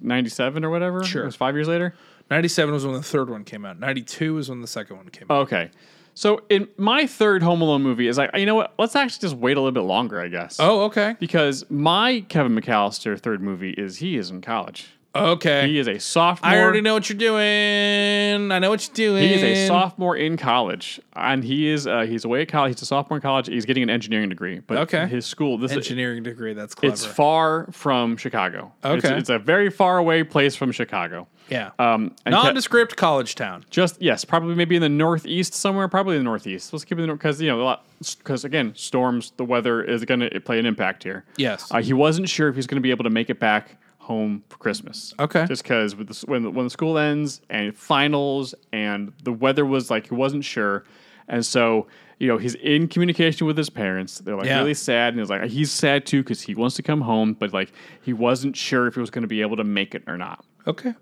'97 or whatever.
Sure.
it was five years later.
97 was when the third one came out. 92 is when the second one came out.
Okay. So in my third Home Alone movie is like, you know what? Let's actually just wait a little bit longer, I guess.
Oh, okay.
Because my Kevin McAllister third movie is he is in college.
Okay.
He is a sophomore.
Eh. I already know what you're doing. I know what you're doing.
He is a sophomore in college, and he is uh, he's away at college. He's a sophomore in college. He's getting an engineering degree, but
Okay.
his school this is,
engineering degree. That's clever.
it's far from Chicago. It's,
Okay.
it's a very far away place from Chicago.
yeah.
Um, and Ke-
Nondescript college town.
Just yes, probably maybe in the northeast somewhere. Probably the northeast. Let's keep it in the because you know because again, storms, the weather is going to play an impact here.
Yes.
uh, he wasn't sure if he's going to be able to make it back home for Christmas.
Okay.
just because with the, s- when the, when the school ends and finals and the weather was like he wasn't sure, and so you know he's in communication with his parents. They're like
Yeah.
really sad, and he's like he's sad too because he wants to come home, but like he wasn't sure if he was going to be able to make it or not.
Okay.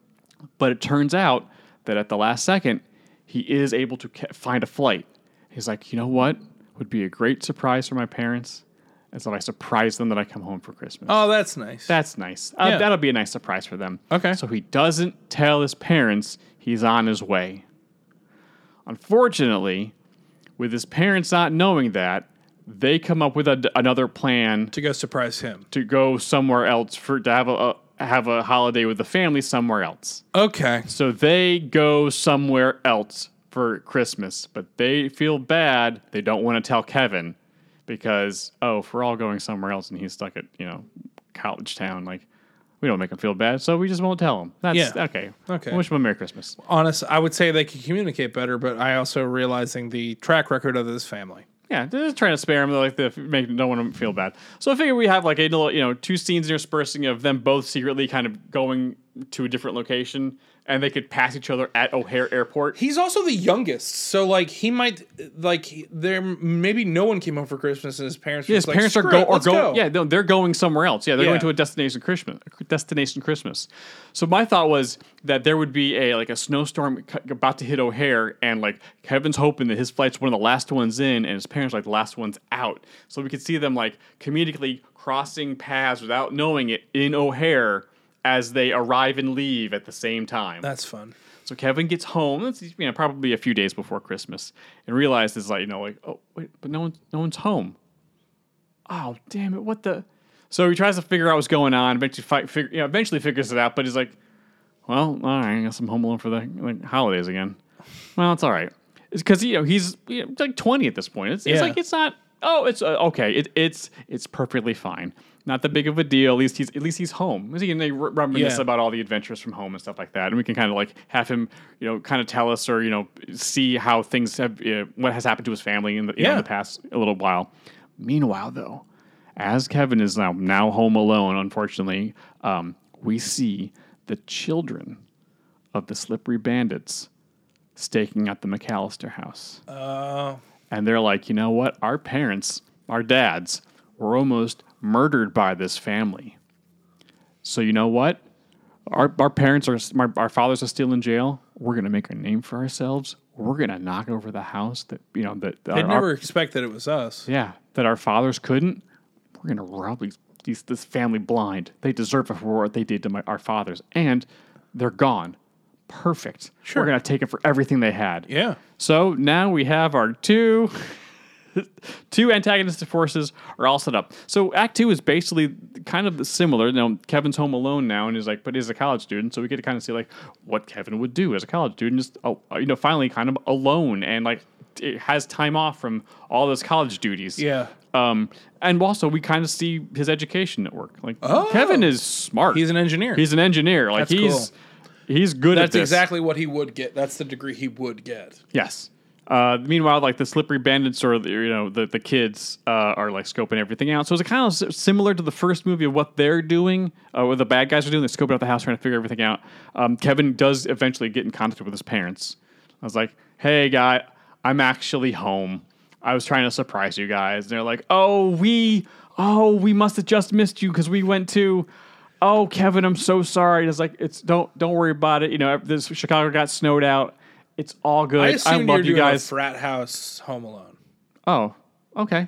But it turns out that at the last second, he is able to ca- find a flight. He's like, you know what would be a great surprise for my parents? Is that I surprise them that I come home for Christmas.
Oh, that's nice.
That's nice. Uh,
Yeah.
That'll be a nice surprise for them.
Okay.
So he doesn't tell his parents he's on his way. Unfortunately, with his parents not knowing that, they come up with a, another plan
to go surprise him.
to go somewhere else for to have a, a have a holiday with the family somewhere else.
Okay.
So they go somewhere else for Christmas, but they feel bad. They don't want to tell Kevin because, oh, if we're all going somewhere else and he's stuck at, you know, college town, like, we don't make him feel bad, so we just won't tell him. That's
Yeah.
okay.
Okay.
Wish him a Merry Christmas.
Honest, I would say they could communicate better, but I also realizing the track record of this family.
Yeah, they're just trying to spare him, like the make no one feel bad. So I figure we have like a little, you know, two scenes interspersing of them both secretly kind of going to a different location, and they could pass each other at O'Hare Airport.
He's also the youngest, so like he might like he- there maybe no one came home for Christmas and his parents. were
Yeah, his
just like,
parents are
"Screw
go
it,
or
let's
go, Yeah, no, they're going somewhere else. Yeah, they're
Yeah.
going to a destination Christmas. Destination Christmas. So my thought was that there would be a like a snowstorm c- about to hit O'Hare, and like Kevin's hoping that his flight's one of the last ones in, and his parents are, like the last ones out. So we could see them like comedically crossing paths without knowing it in O'Hare as they arrive and leave at the same time.
That's fun.
So Kevin gets home. It's you know probably a few days before Christmas, and realizes like you know like oh wait, but no one's no one's home. Oh damn it! What the? So he tries to figure out what's going on. Eventually, fight, figure, you know, eventually figures it out. But he's like, well, all right, I guess I'm home alone for the like, holidays again. Well, it's all right. It's because you know he's you know, like 20 at this point. It's,
Yeah.
it's like it's not. Oh, it's uh, okay. It, it's it's perfectly fine. Not that big of a deal. At least he's at least he's home. Is he gonna re- reminisce
Yeah.
about all the adventures from home and stuff like that? And we can kind of like have him, you know, kind of tell us or you know see how things have you know, what has happened to his family in the, you know, in
Yeah.
the past a little while. Meanwhile, though, as Kevin is now now home alone, unfortunately, um, we see the children of the Slippery Bandits staking out the McAllister house. Oh. And they're like, you know what? Our parents, our dads, were almost murdered by this family. So you know what? Our, our parents are our, our fathers are still in jail. We're gonna make a name for ourselves. We're gonna knock over the house that you know that
They
our- our-
never expect that it was us.
yeah, that our fathers couldn't. We're gonna rob these, these this family blind. They deserve it for what they did to my, our fathers, and they're gone. Perfect. We're gonna take it for everything they had.
Yeah.
So now we have our two [LAUGHS] two antagonistic forces are all set up. So Act Two is basically kind of similar. Now Kevin's home alone now, and he's like, but he's a college student, so we get to kind of see like what Kevin would do as a college student, just oh, you know, finally kind of alone and like t- has time off from all those college duties.
Yeah.
Um, and also we kind of see his education at work. Like Kevin is smart.
Oh. He's an engineer.
He's an engineer. Like
That's
he's he's good
That's
at this.
exactly what he would get. That's the degree he would get.
Yes. Uh, meanwhile, like the slippery bandits or the, you know the the kids uh, are like scoping everything out. So it's kind of s- similar to the first movie of what they're doing, uh, what the bad guys are doing. They're scoping out the house, trying to figure everything out. Um, Kevin does eventually get in contact with his parents. I was like, "Hey, guy, I'm actually home. I was trying to surprise you guys." And they're like, "Oh, we, oh, we must have just missed you because we went to." Oh, Kevin, I'm so sorry. And It's like it's don't don't worry about it. You know, this Chicago got snowed out. It's all good.
I
I,
assume you're
love you
doing
guys.
a frat house home alone.
Oh, okay.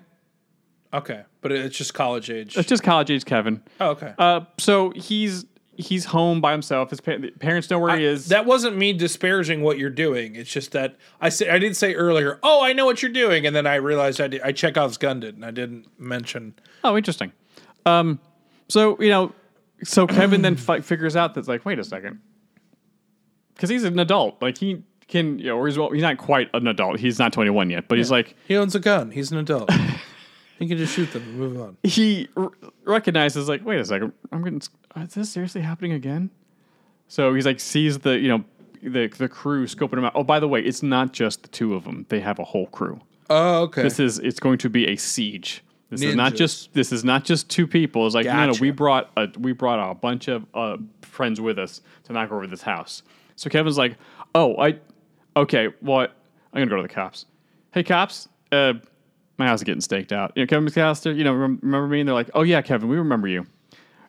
Okay, but it's just college age.
It's just college age Kevin.
Oh, okay.
Uh, so he's he's home by himself. His pa- the parents know where he is.
that wasn't me disparaging what you're doing. It's just that I said I did say earlier, "Oh, I know what you're doing," and then I realized I did, I Chekhov's gunned it, and I didn't mention.
oh, interesting. Um, so you know, so Kevin then fi- figures out that's like, wait a second, because he's an adult. Like he can, you know, or he's well, he's not quite an adult. He's not 21 yet, but he's like
He owns a gun. He's an
[LAUGHS]
adult. he can just shoot them and move on.
he r- recognizes like wait a second i'm getting is this seriously happening again so he's like sees the you know the the crew scoping him out oh by the way it's not just the two of them they have a whole crew
Oh, okay.
this is it's going to be a siege this is not
Ninjas.
just this is not just two people it's like no no
Gotcha.
we brought a we brought a bunch of uh, friends with us to knock over this house so kevin's like oh i okay what i'm gonna go to the cops hey cops uh my house is getting staked out. You know, Kevin McAllister, you know, rem- remember me? And they're like, oh, yeah, Kevin, we remember you.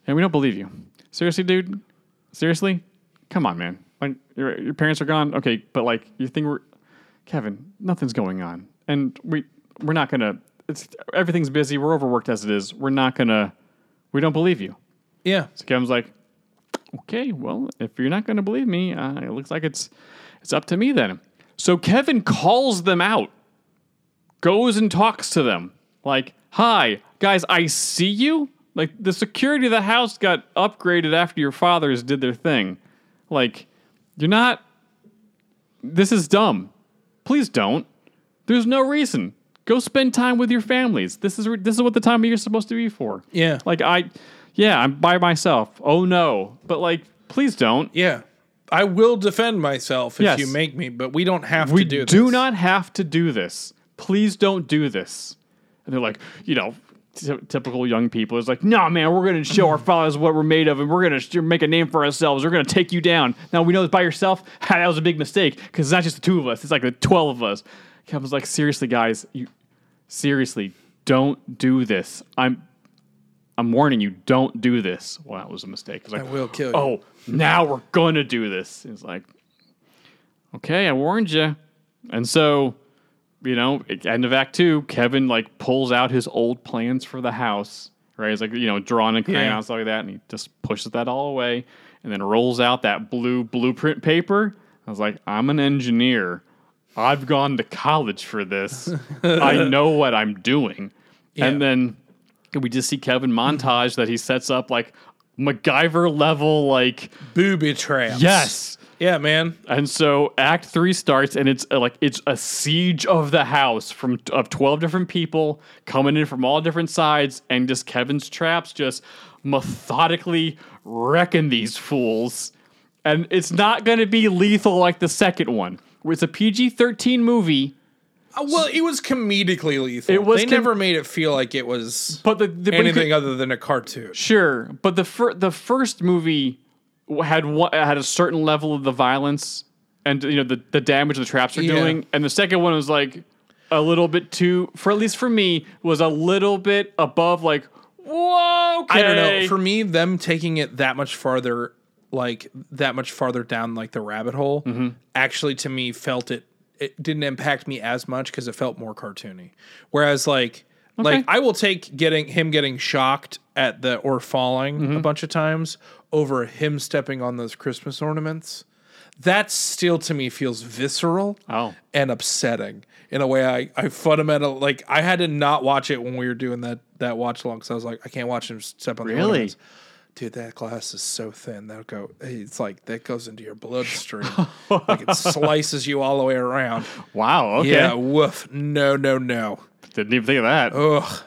And we don't believe you. Seriously, dude? Seriously? Come on, man. When your, your parents are gone? Okay, but like, you think we're, Kevin, nothing's going on. And we, we're not going to, it's, everything's busy. We're overworked as it is. We're not going to, we don't believe you.
yeah.
So Kevin's like, okay, well, if you're not going to believe me, uh, it looks like it's it's up to me then. So Kevin calls them out, goes and talks to them, like, hi, guys, I see you. Like the security of the house got upgraded after your fathers did their thing. Like, you're not. This is dumb. Please don't. There's no reason. Go spend time with your families. This is this is what the time of year is supposed to be for.
Yeah.
Like I, yeah, I'm by myself. Oh no, but like, please don't.
Yeah. I will defend myself if
Yes.
you make me, but we don't have
we
to do
do,
this.
not have to do this. Please don't do this. And they're like, you know, ty- typical young people is like, no, man, we're going to show our fathers what we're made of and we're going to make a name for ourselves. We're going to take you down. Now, we know it's by yourself. [LAUGHS] Ha, that was a big mistake because it's not just the two of us, it's like the 12 of us. Kevin's like, seriously, guys, you seriously don't do this. I'm. I'm warning you, don't do this. Well, that was a mistake. It's
I
like,
will kill you.
oh, now we're gonna do this. It's like, okay, I warned you. And so, you know, at end of Act Two, Kevin like pulls out his old plans for the house, right? He's like, you know, drawn and crayon
Yeah.
and stuff like that, and he just pushes that all away, and then rolls out that blue blueprint paper. I was like, I'm an engineer. I've gone to college for this.
[LAUGHS]
I know what I'm doing. And then we just see Kevin montage that he sets up like MacGyver level, like
booby traps.
yes.
Yeah, man.
And so Act Three starts, and it's uh, like it's a siege of the house from of twelve different people coming in from all different sides, and just Kevin's traps just methodically wrecking these fools. And it's not going to be lethal like the second one. where It's a PG thirteen movie,
Uh, Well, it was comedically lethal.
It was
they
com-
never made it feel like it was
but the, the but it could-
anything other than a cartoon.
Sure, but the fir- the first movie w- had one, had a certain level of the violence and you know the, the damage the traps are
Yeah.
doing, and the second one was like a little bit too for at least for me was a little bit above like whoa.
I don't know.
okay."
For me, them taking it that much farther, like that much farther down, like the rabbit hole, actually to me felt it. It didn't impact me as much because it felt more cartoony. Whereas, like, like I will take getting him getting shocked at the or falling a bunch of times over him stepping on those Christmas ornaments. That still to me feels visceral
Oh.
and upsetting in a way I, I fundamental like I had to not watch it when we were doing that that watch along because I was like I can't watch him step on the
Really?
ornaments. dude that glass is so thin that'll go it's like that goes into your
[LAUGHS]
bloodstream like it slices you all the way around
wow. Okay,
yeah woof no no no Oh,
didn't even think of that.
ugh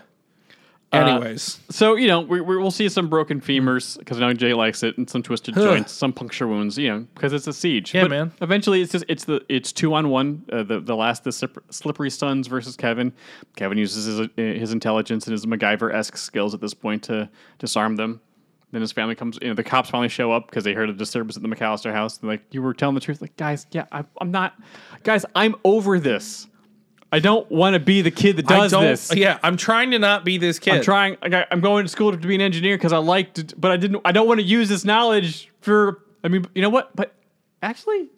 Anyways,
So you know we, we, we'll see some broken femurs because now Jay likes it, and some twisted joints, some puncture wounds. You know because it's a siege.
Yeah, man.
Eventually, it's just it's the it's two on one. Uh, the the last the slip, slippery sons versus Kevin. Kevin uses his uh, his intelligence and his MacGyver esque skills at this point to disarm them. Then his family comes. You know the cops finally show up because they heard a disturbance at the McAllister house. They're like, "You were telling the truth." Like, guys, yeah, I, I'm not. Guys, I'm over this. I don't want to be the kid that
I
does
don't.
this.
Yeah, I'm trying to not be this kid.
I'm trying. I got, I'm going to school to be an engineer because I liked, it, but I didn't. I don't want to use this knowledge for. I mean, you know what? But actually,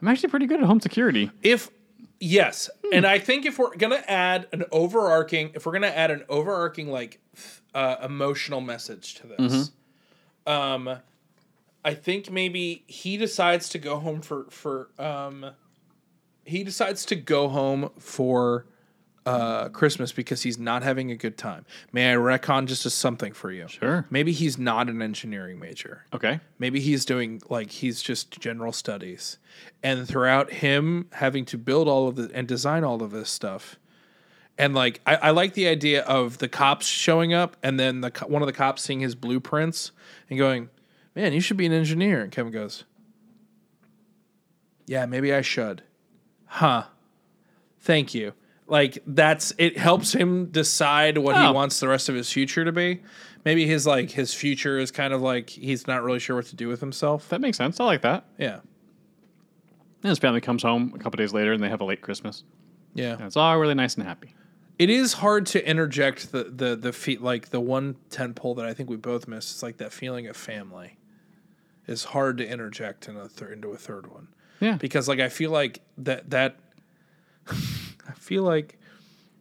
I'm actually pretty good at home security.
If yes, and I think if we're gonna add an overarching, if we're gonna add an overarching like th- uh, emotional message to this, um, I think maybe he decides to go home for for um, he decides to go home for uh Christmas because he's not having a good time. May I recon just as something for you?
Sure.
Maybe he's not an engineering major.
Okay.
Maybe he's doing like he's just general studies. And throughout him having to build all of the and design all of this stuff. And like I, I like the idea of the cops showing up and then the co- one of the cops seeing his blueprints and going, "Man, you should be an engineer." And Kevin goes, "Yeah, maybe I should." Huh. Thank you. Like that's it helps him decide what he
Oh.
wants the rest of his future to be. Maybe his like his future is kind of like he's not really sure what to do with himself.
That makes sense. I like that.
Yeah.
And his family comes home a couple days later, and they have a late Christmas.
Yeah.
And it's all really nice and happy.
It is hard to interject the the the feet like the one tent pole that I think we both missed. It's like that feeling of family. It's hard to interject in a thir- into a third one.
Yeah.
because like I feel like that that [LAUGHS] I feel like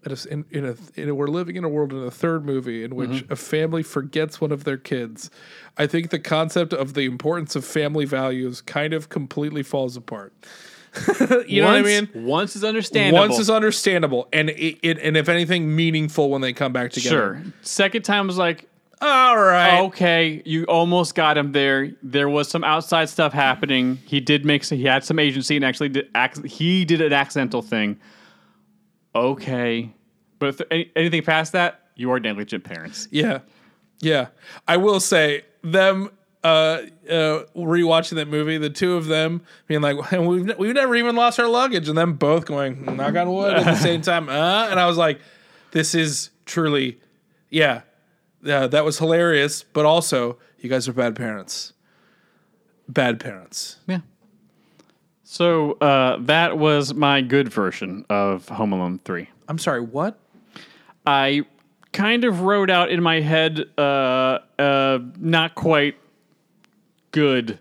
that is in, in a, in a we're living in a world in a third movie in which a family forgets one of their kids. I think the concept of the importance of family values kind of completely falls apart. [LAUGHS] you know what I mean?
Once is understandable.
Once is understandable, and it, it and if anything meaningful when they come back together.
sure. Oh. Second time was like,
All right.
okay, you almost got him there. There was some outside stuff happening. He did make some, he had some agency and actually did acc- he did an accidental thing. Okay, but if there- any, anything past that, you are negligent parents.
Yeah. Yeah. I will say them uh uh rewatching that movie, the two of them being like we've ne- we've never even lost our luggage and them both going knock on wood at the
[LAUGHS]
same time. Uh and I was like this is truly yeah. Yeah, that was hilarious, but also you guys are bad parents. Bad parents.
Yeah. So uh, that was my good version of Home Alone three.
I'm sorry, what?
I kind of wrote out in my head, uh, uh, not quite good,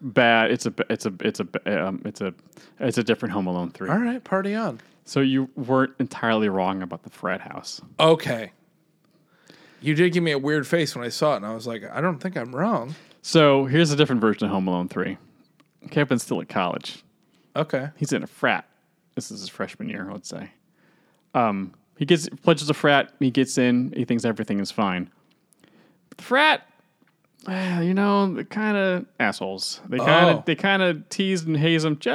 bad. It's a, it's a, it's a, um, it's a, it's a different Home Alone three.
All right, party on.
So you weren't entirely wrong about the frat house.
Okay. You did give me a weird face when I saw it and I was like, I don't think I'm wrong.
So here's a different version of Home Alone three. Kevin's still at college.
Okay.
he's in a frat. This is his freshman year, let's say. Um, he gets pledges a frat. He gets in. He thinks everything is fine. The frat, ah, you know, they're kind of assholes. They kind of
Oh.
they kind of tease and haze him just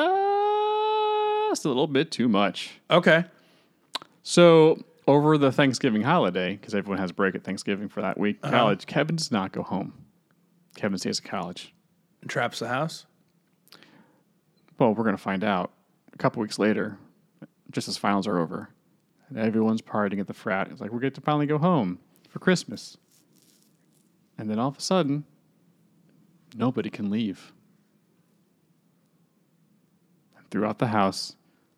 a little bit too much.
Okay.
So over the Thanksgiving holiday, because everyone has a break at Thanksgiving for that week, college. Kevin does not go home. Kevin stays at college.
Traps the house.
Well, we're going to find out a couple weeks later, just as finals are over. And everyone's partying at the frat. It's like, we get to finally go home for Christmas. And then all of a sudden, nobody can leave. And throughout the house,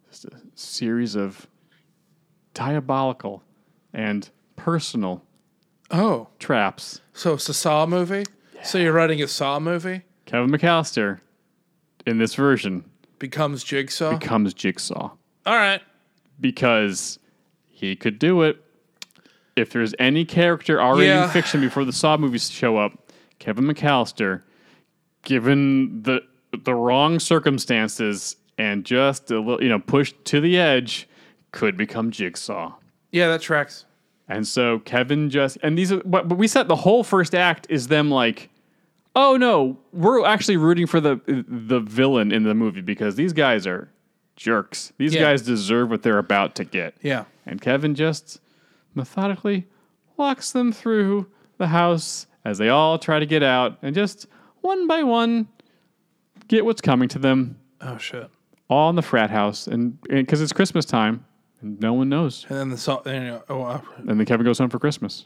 just a series of diabolical and personal
Oh,
traps.
so it's a Saw movie? So you're writing a Saw movie?
Kevin McAllister, in this version,
Becomes Jigsaw?
becomes Jigsaw.
All right.
because he could do it. If there's any character already
Yeah.
in fiction before the Saw movies show up, Kevin McAllister, given the the wrong circumstances and just a little, you know, pushed to the edge, could become Jigsaw.
Yeah, that tracks.
And so Kevin just and these are but, but we set the whole first act is them like oh no, we're actually rooting for the the villain in the movie because these guys are jerks. These
Yeah.
guys deserve what they're about to get.
Yeah.
And Kevin just methodically walks them through the house as they all try to get out and just one by one get what's coming to them
Oh shit!
all in the frat house and because it's Christmas time and no one knows.
And then the salt. You know, oh, uh,
And then Kevin goes home for Christmas.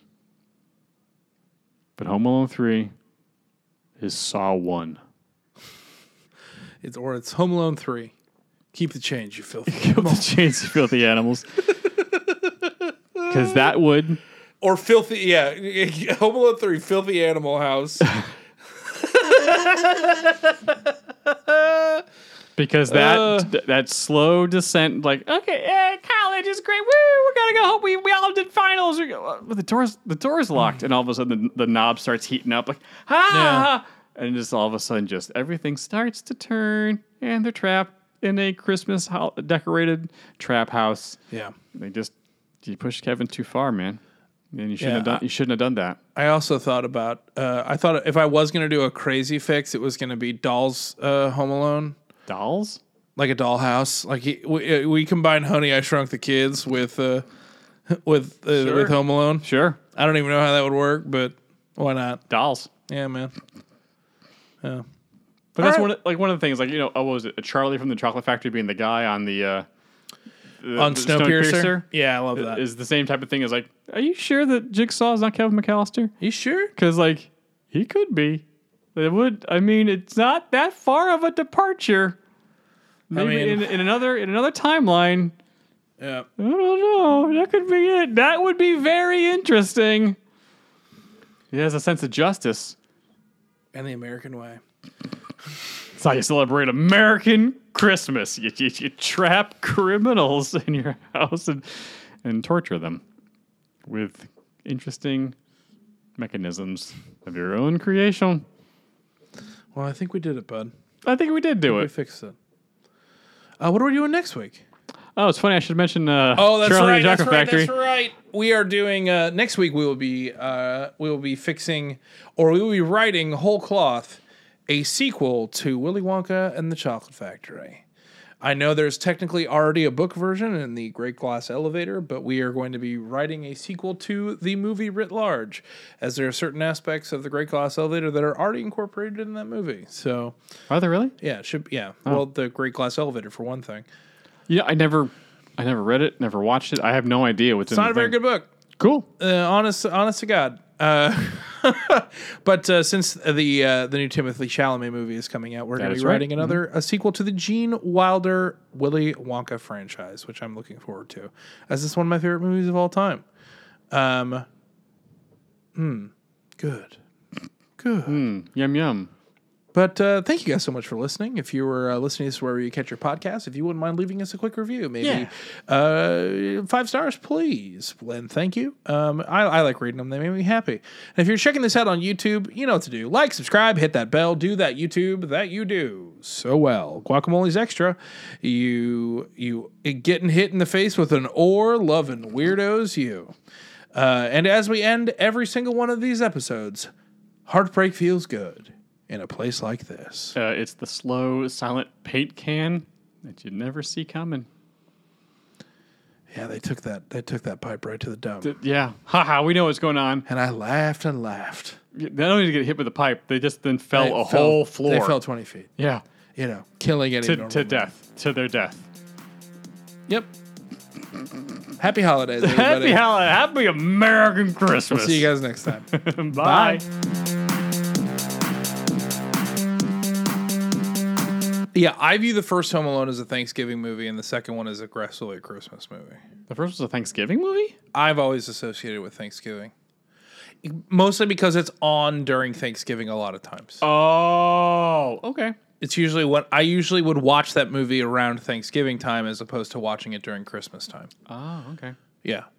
But Home Alone 3 is Saw [LAUGHS] 1.
it's or it's Home Alone three. Keep the change, you [LAUGHS] filthy.
Kill the chains, you filthy animals. Because that would.
or filthy. Yeah, [LAUGHS] Home Alone three, filthy animal house.
Because that
Uh.
that slow descent, like okay, eh, college is great. Woo, we're gonna go home. We, we all did finals. We go, uh, but the doors the
Hmm.
doors locked, and all of a sudden the, the knob starts heating up, like ah, and just all of a sudden just everything starts to turn, and they're trapped in a Christmas ho- decorated trap house.
[LAUGHS] yeah.
They just you pushed Kevin too far, man. And you shouldn't
Yeah,
have done.
I-
You shouldn't have done that.
I also thought about. Uh, I thought if I was gonna do a crazy fix, it was gonna be Dolls uh, Home Alone,
Dolls.
like a dollhouse. Like he, we, uh, we combine Honey I Shrunk the Kids with uh, [LAUGHS] with uh,
Sure.
with Home Alone.
Sure,
I don't even know how that would work, but why not?
dolls.
Yeah, man.
But that's
All
one of, like one of the things, like you know, oh, what was it Charlie from the Chocolate Factory being the guy on the uh, the-
On
the
Snowpiercer?
Snowpiercer
Yeah, I love that.
is the same type of thing as like, are you sure that Jigsaw is not Kevin McAllister?
you sure?
Because like he could be. It would. I mean, it's not that far of a departure. Maybe
mean-
in, in another in another timeline.
Yeah.
I don't know. That could be it. That would be very interesting. He has a sense of justice.
And the American way.
It's how you celebrate American Christmas. You, you, you trap criminals [LAUGHS] in your house and, and torture them with interesting mechanisms of your own creation.
Well, I think we did it, bud.
I think we did do
We
it.
fixed it. Uh, what are we doing next week?
Oh, it's funny. I should mention uh,
Oh, that's
Charlie
right.
and the
That's
Chocolate
right.
Factory.
That's right. We are doing uh, next week. We will be uh, we will be fixing or we will be writing whole cloth a sequel to Willy Wonka and the Chocolate Factory. I know there's technically already a book version in the Great Glass Elevator, but we are going to be writing a sequel to the movie writ large, as there are certain aspects of the Great Glass Elevator that are already incorporated in that movie. So
Are they really?
yeah, it should yeah. Well, the Great Glass Elevator for one thing.
Yeah, I never, I never read it, never watched it. I have no idea what's
It's
in
not
the
a very
thing.
good book.
Cool.
uh, honest, honest to God. Uh, [LAUGHS] but uh, since the uh, the new Timothy Chalamet movie is coming out, we're going to
is
be
right. Mm-hmm.
writing another a sequel to the Gene Wilder Willy Wonka franchise, which I'm looking forward to, as it's one of my favorite movies of all time. Um, hmm, good, good.
Yum yum.
But uh, thank you guys so much for listening. If you were uh, listening to this wherever you catch your podcast, if you wouldn't mind leaving us a quick review, maybe uh, five stars, please. And thank you. Um, I, I like reading them; they make me happy. And if you're checking this out on YouTube, you know what to do: like, subscribe, hit that bell, do that YouTube that you do so well. Guacamole's extra. You you getting hit in the face with an oar, loving weirdos. You. Uh, and as we end every single one of these episodes, heartbreak feels good in a place like this.
Uh, it's the slow, silent paint can that you never see coming.
Yeah, they took that. They took that pipe right to the dump.
Yeah, haha, we know what's going on.
and I laughed and laughed.
They don't need to get hit with a pipe. They just then fell
They
a
fell-
whole floor.
They fell twenty feet.
yeah,
You know, killing any
to,
normal
to
man.
death, to their death.
Yep. Happy holidays, everybody.
[LAUGHS] Happy holiday, happy American Christmas.
See you guys next time.
[LAUGHS] guys.
Bye.
Bye.
yeah, I view the first Home Alone as a Thanksgiving movie, and the second one as aggressively a Christmas movie.
The first was a Thanksgiving movie.
I've always associated with Thanksgiving, mostly because it's on during Thanksgiving a lot of times.
Oh, okay.
it's usually what I usually would watch that movie around Thanksgiving time as opposed to watching it during Christmas time.
Oh, okay.
Yeah.